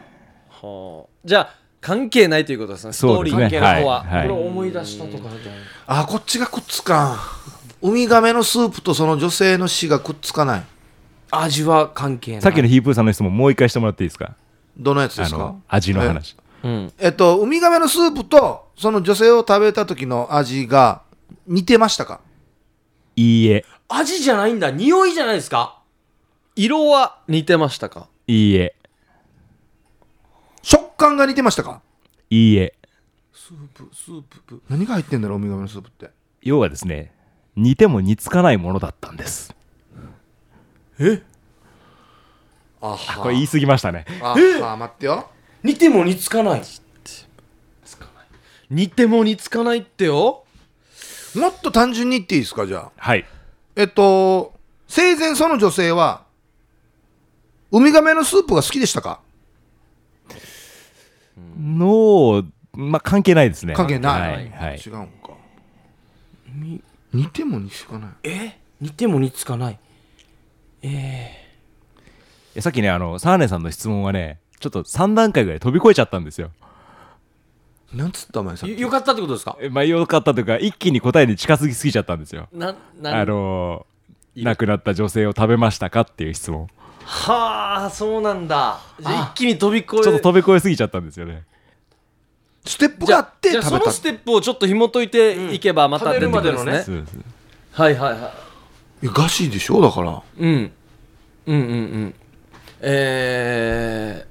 はあじゃあ関係ないということですね
そうですね
ストーリー関係の方は、
はい
これ思い出したとかじゃない
あこっちがくっつかんウミガメのスープとその女性の死がくっつかない
味は関係ない
さっきのヒープーさんの質問もう一回してもらっていいですか。
どのやつで
あ
すか
の味の話。
うん、
えっとウミガメのスープとその女性を食べた時の味が似てましたか
いいえ。
味じゃないんだ匂いじゃないですか
色は似てましたか
いいえ。
食感が似てましたか
いいえ。
何が入ってんだろうウミガメのスープって
要はですね、似ても似つかないものだったんです。
あ
これ言い過ぎましたね。
ああ待ってよ
似ても似つかない
似ても似つかないってよ
もっと単純に言っていいですかじゃあ
はい。
えっと生前その女性はウミガメのスープが好きでしたか
の、まあ、関係ないですね。
関係ない、
はい。はい
違うんか似ても似つかない
え似ても似つかない
えさっきね、あの、サーネさんの質問はね、ちょっと3段階ぐらい飛び越えちゃったんですよ。
なんつったお前さっ
よ
き
よかったってことですか
えまあ、よかったというか、一気に答えに近づきすぎちゃったんですよ。
なな
あのー、亡くなった女性を食べましたかっていう質問。
はあそうなんだじゃあ一気に飛び越え
ちょっと飛び越えすぎちゃったんですよね。
ステップ
じ
が
ゃあ
あって
じ
食
ゃあ
べ
そ
た
のステップをちょっと紐解いていけばまた出てくるんですね,、
食べるまでのね
そうです
はいはいはい
いやガシでしょだから
うん、うんうんうんえ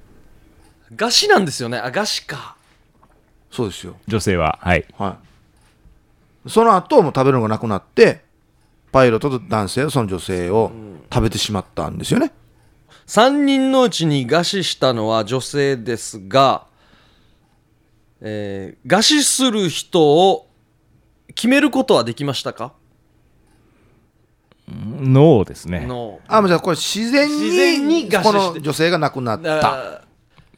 ー、餓死なんですよねあ餓死か
そうですよ
女性は。はい。
はいその後もう食べるのがなくなってパイロットと男性その女性を食べてしまったんですよね、
3人のうちに餓死したのは女性ですが、えー、餓死する人を決めることはできましたか
ノーですね。
の
あもうじゃあこれ自然に
自然に餓死して
この女性が亡くなった
あ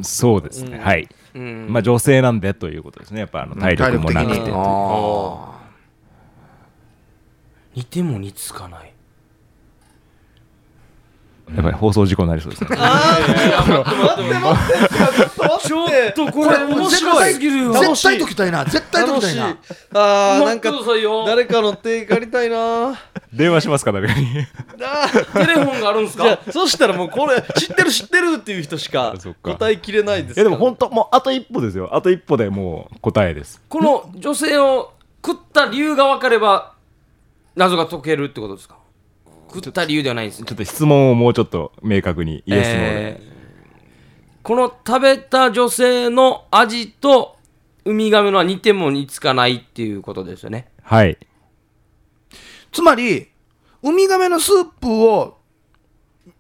そうですね。はい。まあ、女性なんでということですね。やっぱあの体力もなく
体
て
力
と
的に
いう。
あ
似ても似つかない
やっぱり放送事故になりそうですね。
[LAUGHS] 待って待ってちょっと
ちょ
待
っ
って
とこれ面白すぎるよ
楽
絶
しい
対解きたいな絶対解き
楽
た
し
い
い
な
あーな
待っ
ん
てく
か
ださいよ
誰かの手借りたい
[LAUGHS]
な
電話しますか、誰かに。
あー
テレフォンがあるんです
じゃ
か
あそしたらもうこれ知ってる知ってるっていう人しか
そっか
答えきれないです
いやでも
ほん
本当もうあと一歩ですよあと一歩でもう答えです
この女性を食った理由が分かれば謎が解けるってことですか食った理由ではないんですね
ちょっと質問をもうちょっと明確にイエスノーで、
えーこの食べた女性の味とウミガメのは似ても似つかないっていうことですよね
はい
つまりウミガメのスープを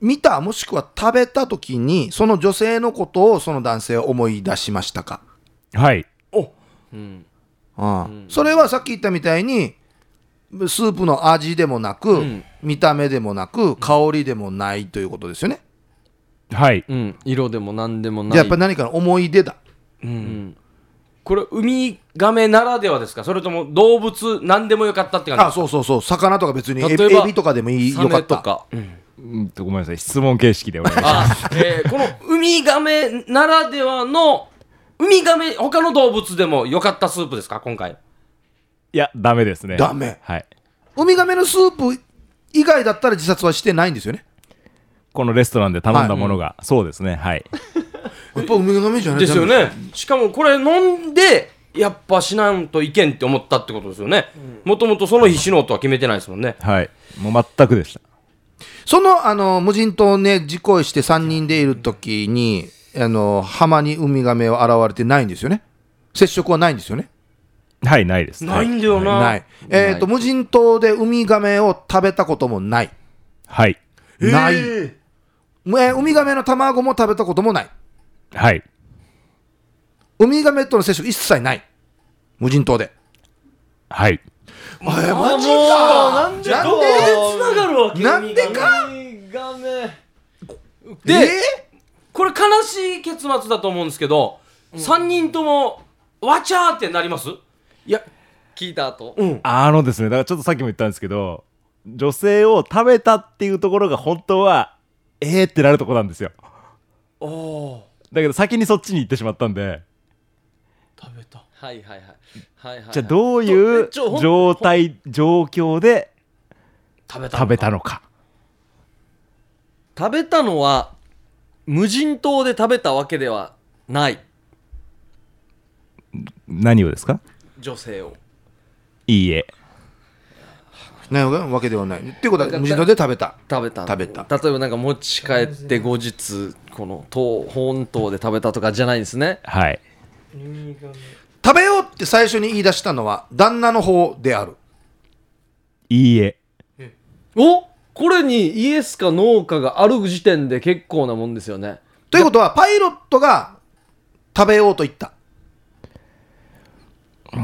見たもしくは食べた時にその女性のことをその男性は思い出しましたか、
はい
うんそれはさっき言ったみたいにスープの味でもなく、見た目でもなく香りでもないということですよね、
はい
うん色でも何でもない
じゃあやっぱり何かの思い出だ
これウミガメならではですかそれとも動物何でもよかったって感じ
あそうそうそう魚とか別にエビ
例えば
エビとかでもいい
サ
よか
メ
った
とか
うんとごめんなさい質問形式でお願いします
あ、えーこのウミガメならではのウミガメ他の動物でも良かったスープですか今回
いやダメですね
ダメ
はい
ウミガメのスープ以外だったら自殺はしてないんですよね
このレストランで頼んだものが、そうですねはい
やっぱウミガメじゃない
ですよねしかもこれ飲んでやっぱしなんといけんって思ったってことですよねもともとその日死のうとは決めてないですもんね
はいもう全くでした
そのあの無人島ね事故して3人でいる時にあの浜にウミガメは現れてないんですよね接触はないんですよね
はいないです
ないんだよな、
ないえっ、と無人島でウミガメを食べたこともない
はい
ない、えーウミガメの卵も食べたこともない
はい
ウミガメとの接触一切ない無人島で
はい
えー、マジ
あ
か
もうなんで
なん
どう
つながるわけ
なんでか
ガメ
でで、
これ悲しい結末だと思うんですけど、三3人ともわちゃーってなります
いや聞いた後
うん
あのですねだからちょっとさっきも言ったんですけど女性を食べたっていうところが本当はえーってなるとこなんですよ
おお
だけど先にそっちに行ってしまったんで
食べた
はいはいはいはいはいはい
じゃあどういう
ちょほん
状態状況で
食べた
食べたのか
食べたのは無人島で食べたわけではない
何をですか
女性を
いいえ
ないわけではないっていうことは無人島で食べた
食べた
食べた
例えばなんか持ち帰って後日この島本島で食べたとかじゃないんですね
はい
食べようって最初に言い出したのは旦那の方である
いいえ
おこれにイエスかノーかがある時点で結構なもんですよね
ということはパイロットが食べようと言った
うん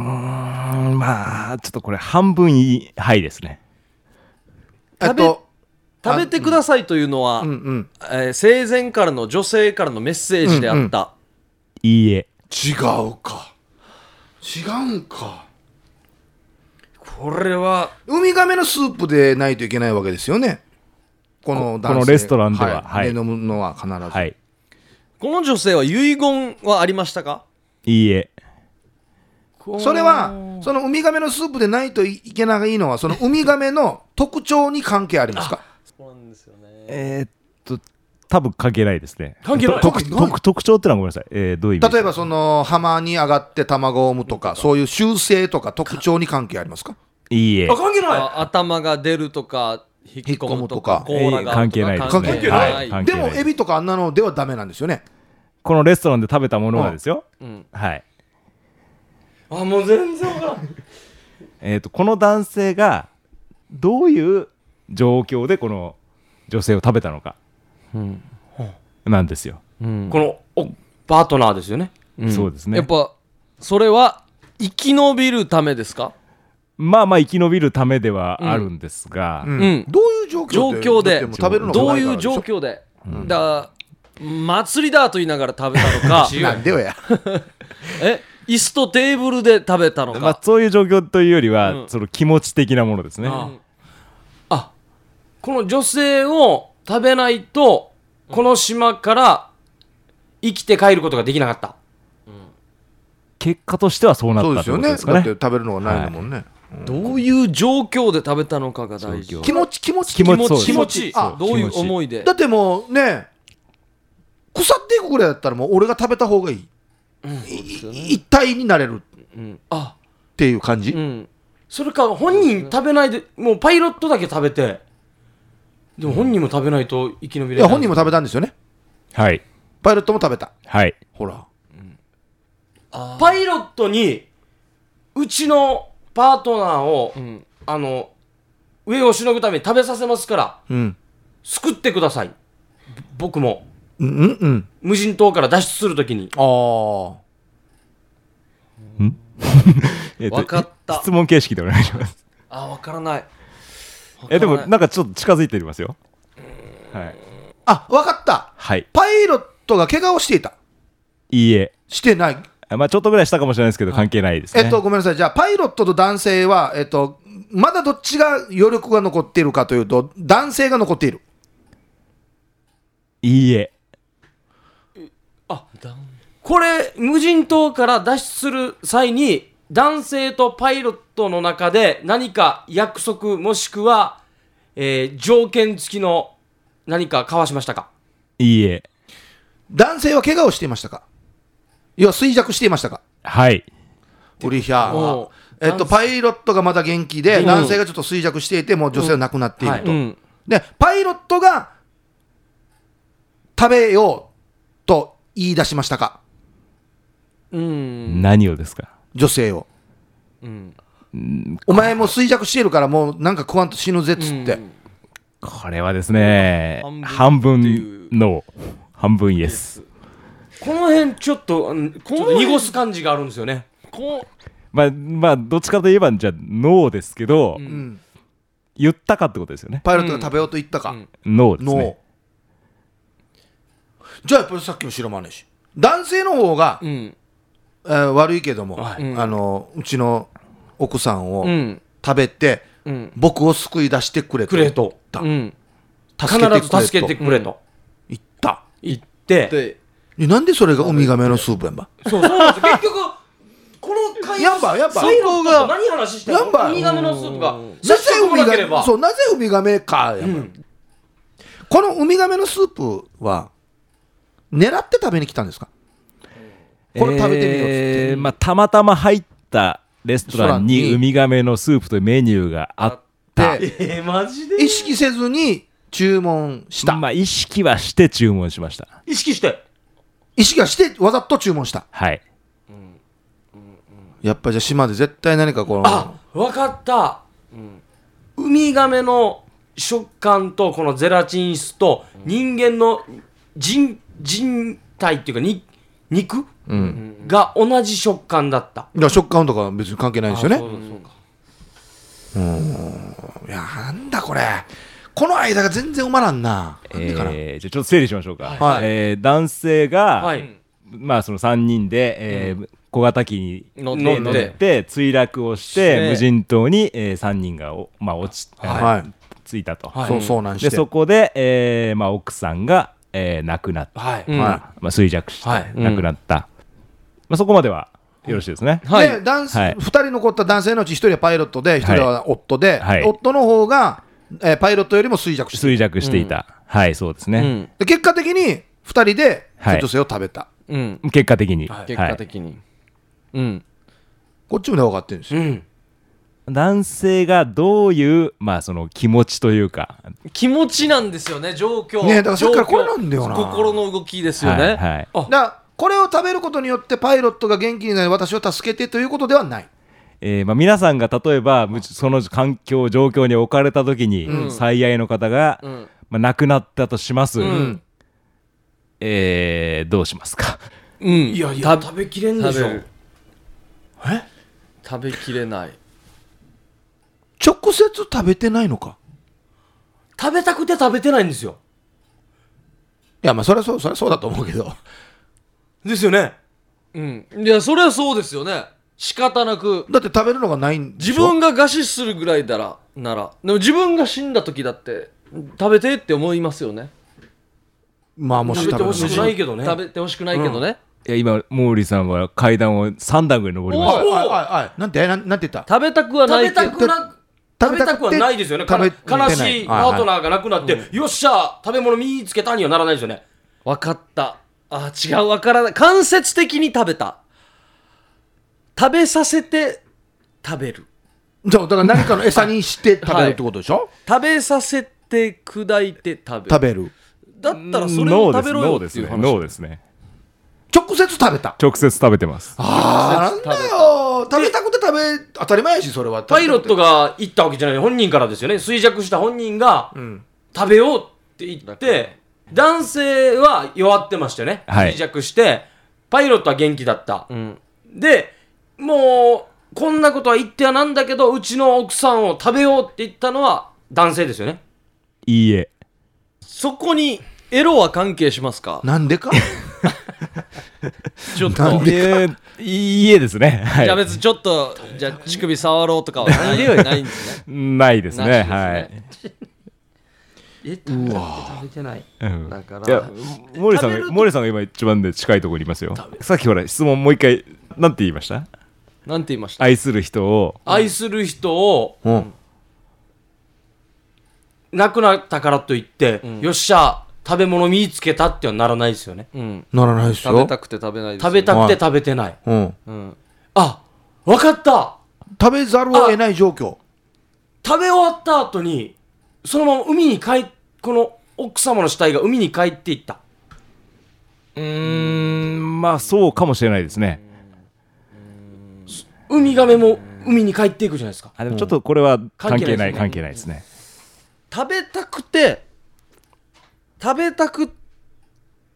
まあちょっとこれ半分いいはいですね
えっと
食べてくださいというのは、
うんうん
えー生前からの女性からのメッセージであった、
いいえ
違うか違うんか
これは
ウミガメのスープでないといけないわけですよねこの男性
このレストランでははい
いで飲むのは必ず、
はい
この女性は遺言はありましたか
いいえ
それはそのウミガメのスープでないといけないのはそのウミガメの特徴に関係ありますか
そうなんですよね
えーっと多分関係ないですね
関係ない
と特特特徴ってのはごめんなさい、えーどういう意味
例えばその浜に上がって卵を産むとかそういう習性とか特徴に関係ありますか
いいえ
あ関係ない
あ頭が出るとか引っ込むとか
引
っ込む
甲羅があ
とか
るとか
ええ関係ない
関係
な
ないい、
はい関係
でもエビとかあんなのではダメなんですよね
このレストランで食べたものがですよ、
ん
はい
あもう全然わからん
えーっとこの男性がどういう状況でこの女性を食べたのか、なんですよ、
このおパートナーですよね
そうですね
やっぱそれは生き延びるためですか
まあまあ生き延びるためではあるんですが、
うん
うん
どういう状況で
状況で
だってもう食べるのが
どう
ないか
い
ら
う
でしょ
状況で、だ祭りだと言いながら食べたの
[LAUGHS]
か
なんでよや
え椅子とテーブルで食べたのか、
まあ、そういう状況というよりは、
うん
その気持ち的なものですね。
あこの女性を食べないとこの島から生きて帰ることができなかった
結果としてはそうな
そう
った
です
ってこ
よ
と
ね
ですか
だ
ね
って食べるのがないんだもんね、
どういう状況で食べたのかが大事
状況
気持ち気持ち
気持ちそう
気持ち
あ
どういう思いで
だってもうね腐っていくぐらいだったらもう俺が食べた方がいい、いい一体になれるっ
うんあ
ていう感じ、
うん
それか本人食べないでもうパイロットだけ食べてでも本人も食べないと生き延びれ
い
な
や
い
本人も食べたんですよね
はい
パイロットも食べた
はい
ほら
パイロットにうちのパートナーを、
ん
あの上をしのぐために食べさせますから
うん
救ってください僕も
うんうん
無人島から脱出するときに
ああ
えっと
わかった
質問形式でお願いします
あ分からない
えでも
わからない
なんかちょっと近づいておりますよはい
あわかった
はい
パイロットが怪我をしていた
いいえ
してない
あまあちょっとぐらいしたかもしれないですけど関係ないですね
えっと、ごめんなさい、じゃあ、パイロットと男性は、えっと、まだどっちが余力が残っているかというと、男性が残っている。
いいえ
これ無人島から脱出する際に男性とパイロットの中で何か約束もしくは、えー条件付きの何か交わしましたか
いいえ
男性は怪我をしていましたか要は衰弱していましたか
はい
ウリヒャー
おう
は。えっと、パイロットがまだ元気で、
うん
男性がちょっと衰弱していて、もう女性は亡くなっていると。
う
うん
で、パイロットが食べようと言い出しましたか
うん
何をですか
女性を。お前もう衰弱しているから、もうなんか食わんと死ぬぜっつって。
これはですね
半
半
分
分
っていう
の半分イエス
この辺ちょっとうんちょっと濁す感じがあるんですよね
こ
まあまあどっちかといえばじゃあノーですけど、
うん
言ったかってことですよね
パイロットが食べようと言ったか。
ノーです
の、
ね
じゃあやっぱりさっきの白マネし男性の方が、
ううん
えー悪いけども、
い
あのうちの奥さん
う
を
ん
食べて、
うん
僕を救い出してくれと
くれと
うん
助
必
けてくれ
ず助けて
と
くれと
言った
言って
で
えなんでそれがウミガメのスープやんば
そうそうなんですよ結局この会
やんばやん
[LAUGHS]
ば
パイロットと
そこが
何話してる
やんば
のウミガメのスープが
な
接
ぜ
触
ウ
も
ミ
な
ガ
ければ
メそうなぜウミガメかやんば、このウミガメのスープは狙って食べに来たんですかこれ食べてみようっつって
えーまあ、たまたま入ったレス
レスト
トラン
ラン
に
に
ウミガメのスープというメニューがあった
で
えーマジで
意識せずに注文した、
まあ意識はして注文しました
意識して
意識はしてわざと注文した
はい
やっぱじゃあ島で絶対何かこの
あわかった、ウミガメの食感とこのゼラチン質と人間の人人体っていうかに肉、が同じ食感だった
いや食感とかは別に関係ないんですよね
そうか
いやなんだこれこの間が全然埋まらんななんでかな、
えーじゃあちょっと整理しましょうか、
はい
えー男性が、
はい、
まあ、その3人で、えー小型機に
乗
って
乗って墜落をし
し
て、
て
無人島に、え3人がお、まあ、落ち、
はい、
着いたと、
そう遭難して
でそこで、えーまあ、奥さんが、えー亡くなった、
はい
うん
は
まあ、衰弱して、
はい
亡くなった、まあ、そこまではよろしいですね、
い、
はい
で男性、
はい
2人残った男性のうち1人はパイロットで1人は夫で、
はい
夫の方が、えーパイロットよりも衰弱して
衰弱していた、はいそうです
う
ね、
ん
で結果的に2人で
はい
女性を食べた、
うん
結果的に、
結果
はい
的にうん
こっちもね分かってるんですよ、
うん、
男性がどういう、まあ、その気持ちというか、
気持ちなんですよね状況
ねえだからさっきから
状況
これなんだよな
心の動きですよ
はい
ね
はい
あ
だからこれを食べることによってパイロットが元気になり私を助けてということではない
えーまあ、皆さんが例えばむその環境状況に置かれた時に、最愛の方が、
ん
まあ、亡くなったとします、えーどうしますか [LAUGHS]
うん
いやいや食べきれんで
食
しょ
べる食べきれない
直接食べてないのか
食べたくて食べてないんですよ
いやまあそれはそうそれはそうだと思うけど [LAUGHS]
ですよね
うんいやそれはそうですよね仕方なく
だって食べるのがないんでし
自
ょ
分が餓死するぐらいだらならでも自分が死んだ時だって食べてって思いますよね
まあもし
食べてほしくない
け
けどね
食べてほしくないけどね、
いや今毛利さんは階段を3段ぐらい登りました
はいはいはいなんてなんなんて言った
食べたくはな
食
い
べ
けど
たくな食
食
べ
べたくて
たくはないですよねかな
食べ
悲しい
はい
パ
はい
ートナーが亡くなって、よっしゃ食べ物見つけたにはならないですよね
分かったあ違う分からない間接的に食べた食べさせて食べる
そうだから何かの餌にして食べるってことでしょ、
食べさせて砕いて食べる
食べる
だったらそれを食
ノーで
べ
す
ろ
ノ
よ
ーで
って
す
い
ね
う話
ノーですね
直接食べた
直接食べてます
あ
直
ー
接食べた
なんだよ食べたくて食べ当たり前やしそれは
パイロットが言ったわけじゃない本人からですよね衰弱した本人が、食べようって言って男性は弱ってましたよね、
はい
衰弱してパイロットは元気だった、
ん
でもうこんなことは言ってはなんだけどうちの奥さんを食べようって言ったのは男性ですよね
いいえ
そこにエロは関係しますか
な
[LAUGHS]
んでか
ちょっと
なん
いえいいえですねは
じゃあ
い
別にちょっとじゃあ乳首触ろうとかはないないんですね
ないですね
な
はいい
[LAUGHS] で
え食べ食べてない
うん
だから
いや毛利さ
食
ん
べる
が
と
毛利さんが今一番で近いところにいますよさっきほら質問もう一回なんて言いました
なんて言いました
愛する人を
愛する人を
うん
亡くなったからといって、よっしゃ食べ物見つけたってはならないですよね
うん
ならないです
食べ
よ
たくて食べないですよ
食
ね
べたくて食べてない、
うん、
うん
あわかった
食べざるを得ない状況
食べ終わった後にそのまま海に帰っこの奥様の死体が海に帰っていった
うーんまあそうかもしれないですね
ウミガメも海に帰っていくじゃないですか
あでもちょっとこれは関係ない
関
関
係
係ないですね
食べたくて食べたく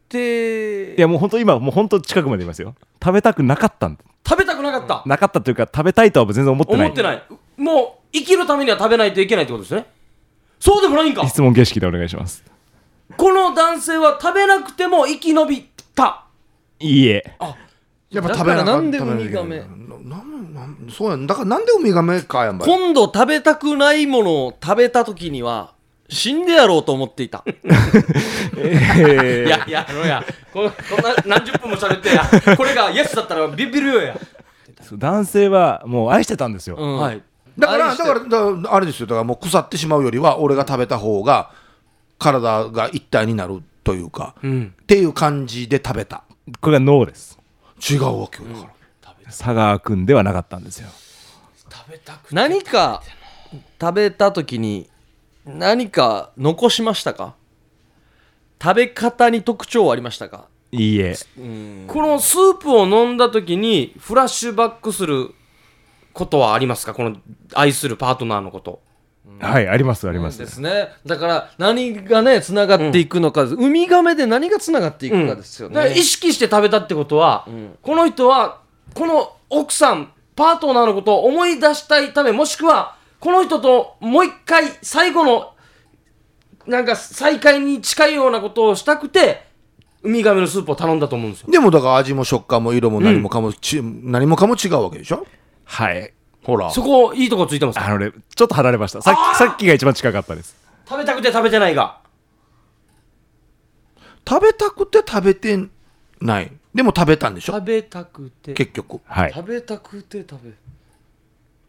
て
いやもう本当今もう本当近くまでいますよ食べたくなかったんだ
食べたくなかった、
なかったというか食べたいとは全然思ってない
思ってないもう生きるためには食べないといけないってことですねそうでもないんか
質問形式でお願いします
この男性は食べなくても生き延びた
いいえ
だ
やっぱ
か
食
ら
べな
なんで
食べなきゃいけない
ウミガ
なんなんそうやんだからなんでウミガメかやんばい
今度食べたくないものを食べた時には死んでやろうと思っていた
いやいやあのやここんな何十分も喋ってやこれがイエスだったらビビるよや、
そう男性はもう愛してたんですよ、
うん
はい
だから
愛して
だからだからあれですよだからもう腐ってしまうよりは俺が食べた方が体が一体になるというか、っていう感じで食べた
これがノーです
違うわけよだから、
佐川君ではなかったんですよ
食べたく
何か食べた時に何か残しましたか食べ方に特徴はありましたか
いいえ
このスープを飲んだ時にフラッシュバックすることはありますかこの愛するパートナーのこと
はいありますあります、
ですねだから何がねつながっていくのか、ウミガメで何がつながっていくかですよね、
だから意識して食べたってことは、この人はこの奥さんパートナーのことを思い出したいためもしくはこの人ともう一回最後のなんか再会に近いようなことをしたくてウミガメのスープを頼んだと思うんですよ
でもだから味も食感も色も何もかも、ち何もかも違うわけでしょ
はい
ほら
そこいいとこついてます
あのねちょっと離れましたさっきさっきが一番近かったです
食べたくて食べてないが
食べたくて食べてないでも食べたんでしょ
食べたくて
結局
はい
食べたくて食べ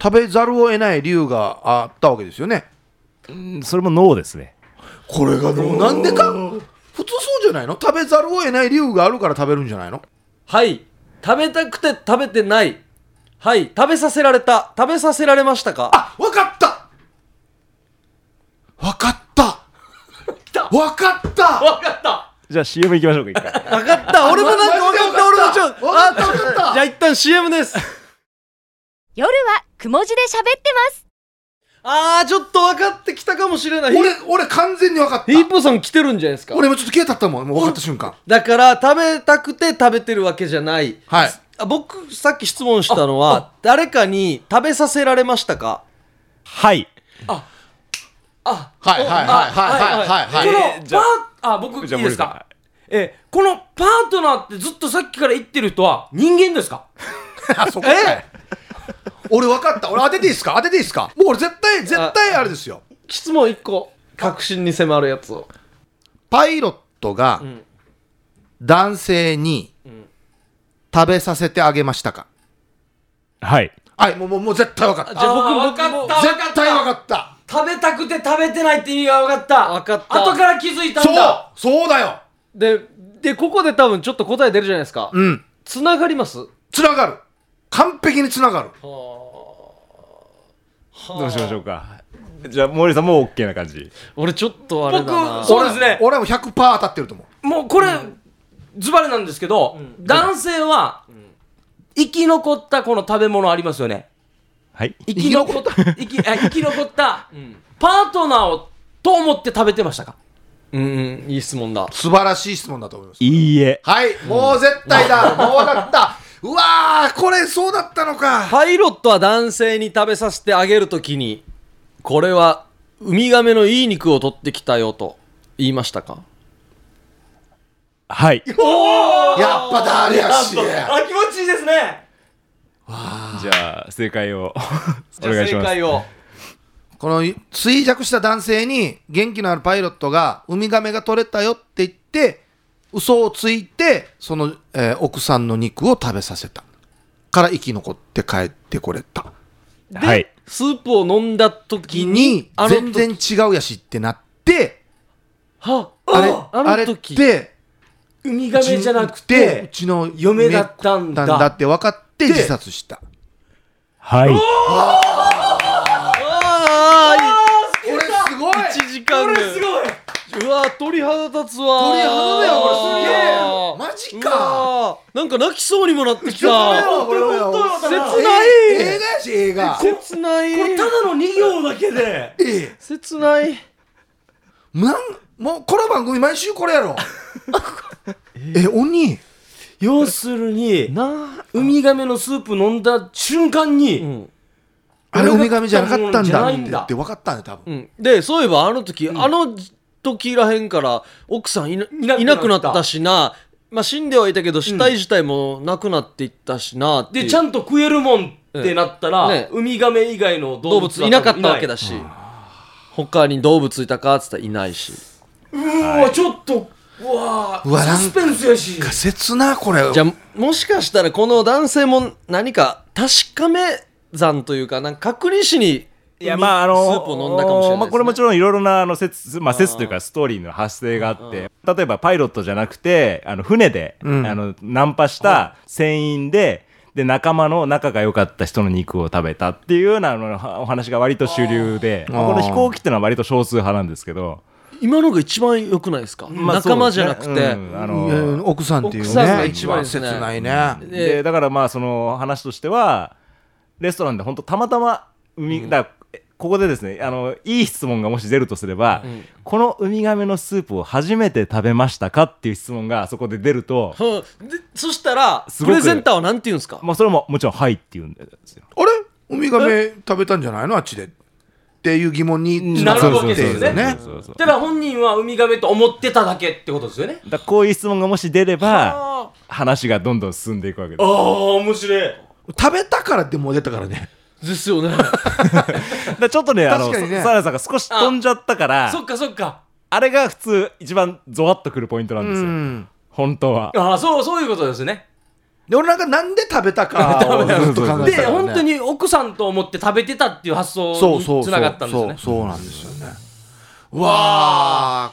食べざるを得ない理由があったわけですよね
それもノーですね
これがどうなんでか普通そうじゃないの食べざるを得ない理由があるから食べるんじゃないの
はい食べたくて食べてないはい食べさせられた食べさせられましたか
あわかったわかったわかった
分かった
じゃあ CM 行きましょうか一 [LAUGHS] 回
分かった俺もなんか分かった俺もちょっとあ
わかった
じゃあ一旦 CM です
夜はくも字で喋ってます。
あーちょっと分かってきたかもしれない
俺俺完全にわかった
ヒープーさん来てるんじゃないですか
俺もちょっと消えたったもんもう分かった瞬間
だから食べたくて食べてるわけじゃない
はい
あ僕さっき質問したのは誰かに食べさせられましたか
はい
あ
はいはいはいはいはいはい
この
えーじゃ
パーあ僕いい
じゃあ
です
森
か
さ
えーこのパートナーってずっとさっきから言ってる人は人間ですか
あそこかい俺分かった俺当てていいですか当てていいですかもう俺絶対絶対あれですよ
質問1個確信に迫るやつを
パイロットが
ん
男性に食べさせてあげましたか
はい。
はいもうもうもう絶対分かっ
じゃ
た
あ僕
あー
僕
わかった
絶対分かった
食べたくて食べてないって意味が分かった
分かった
後から気づいた
そ
ん
う
だ
そうだよ
ででここで多分ちょっと答え出るじゃないですか
うん
つながります
つながる完璧につながる
どうしましょうか。じゃあ、森さんもう OK な感じ。
俺ちょっとあれだな
僕そうですね
俺俺も100%当たってると思う
もうこれ、ズバリなんですけど、男性は、生き残ったこの食べ物ありますよね
はい。
生き残った生きあ生き残 [LAUGHS] ったパートナーをと思って食べてましたか
うんうんいい質問だ
素晴らしい質問だと思います
いいえ。
はいもう絶対だ、もう分かったうわーこれそうだったのか
パイロットは男性に食べさせてあげるときにこれはウミガメのいい肉を取ってきたよと言いましたか
はい。
やっぱだあれやし
あ気持ちいいですね
じゃあ、正解をお
[LAUGHS] じゃあ
願いし
正
ます。
解を
この衰弱した男性に元気のあるパイロットがウミガメが取れたよって言って嘘をついてその、えー奥さんの肉を食べさせたから生き残って帰ってこれた
はい。
スープを飲んだ時
時
に
に
あの
全然違うやしってなって
は
あれ
あの
あれっ
時
て
ウミガメじゃなく
う
て
ちの
嫁だったんだ
嫁だって分かって自殺した
はい。
ああ
俺すごい
1時間です
ごいう
わー鳥肌立つわー
鳥肌だよこれすげえ
あー
マジか
うわーなんか泣きそうにもなってき
ちょっと待って
た
よこれは
切ない
え映画やし映画
切ない
だの2行だけで
ええ
切ない
なんもうこの番組毎週これやろえ鬼
要するに
なあ
ウミガメのスープ飲んだ瞬間に、
うん
あれウミガメじゃなかったん
じゃ
だ
な
っ
い
て
ん
言
だ
って分かったね多分、
うん、でそういえばあの時、あの時らへんから奥さんいないなくなったしな、まあ、死んではいたけど死体自体もなくなっていったしなっていう
でちゃんと食えるもんってなったら、
うんね
ウミガメ以外の動
動
物
物いなかったわけだし他に動物いたかっつったらいないし
うーわちょっとうわー
うわなん
サ
か
スペンスやし
仮説なこれ
じゃあもしかしたらこの男性も何か確かめ算というかなんか確認しに
いやまああの
スープを飲んだかもしれないですね
まあ、これもちろんいろいろなあの説,、まあ、説というかストーリーの発生があって例えばパイロットじゃなくてあの船で、
うん
あのナンパした船員でで仲間の仲が良かった人の肉を食べたっていうようなあのはお話が割と主流で
あー
まあこの飛行機っていうのは割と少数派なんですけど、
今のが一番良くないですか、
まあ
仲間じゃなくて、
そうですねうんあの
うん奥さんっていうね
奥さんが一番です
切
ね
ないね、
で
でだからまあその話としてはレストランで本当たまたま海、だからえここでですねあのいい質問がもし出るとすれば、このウミガメのスープを初めて食べましたかっていう質問がそこで出ると、
うんでそしたらプ
すごく
レゼンターは何て言うんですか
まあ、それももちろん「はい」って言うんですよ。
あれウミガメ食べたんじゃないのあっちでっていう疑問に
なる
繋
ほ
が
ど
っている
ですね
そうそうそう
ただ本人はウミガメと思ってただけってことですよね
だからこういう質問がもし出れば
あ
話がどんどん進んでいくわけで
あ
す。
あ面白い
食べたからってもう出たからね
ーですよね
だからちょっとねあの
確かにね
ささやさんが少し飛んじゃったから
そっかそっか
あれが普通一番ゾワッとくるポイントなんですよ、
ん
本当は。
ああそうそういうことですね
で俺なんかなんで食べたかをずっと考え
で
てたからね
本当に奥さんと思って食べてたっていう発想
そうそ
に
う
つ
そう
ながったんですね
そうそうなんですよねわ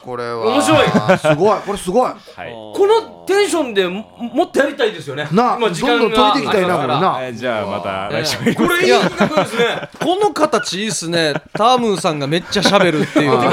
あこれは
面白
いすごいこれすごい
はい
このテンションでももっとやりたいですよね
な
今時間が
どんどん解いていきたいなこれな
えーじゃあまた来週
ね
これいい企画です
[LAUGHS]
ね
この形いいっすねタームーさんがめっちゃ喋るっていう
[LAUGHS]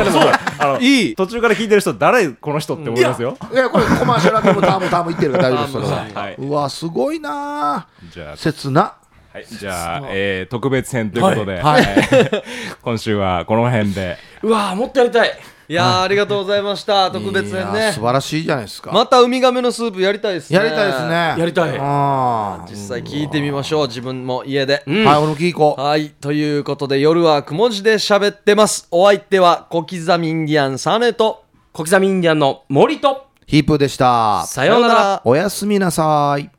あの
いい
途中から聞いてる人誰この人って思いますよ。
いやこれコマーシャル明けもタームタームいってるから大丈夫ですそれ
ターム
はいう
わすごいな
じゃあ、
切な
はい、じゃあ、えー特別編ということで、えー [LAUGHS] 今週はこの辺で。
うわーもっとやりたい
いやーありがとうございました特別
いや
編
ー
ね
素晴らしいじゃないですか
またウミガメのスープやりたいですね
やりたいですね
やりたい
あー
実際聞いてみましょう自分も家で、
はい俺も聞こう
はいということで夜はくも字で喋ってますお相手は小刻みインディアンサネと
小刻みインディアンの森と
ヒープーでした
さようなら
おやすみなさい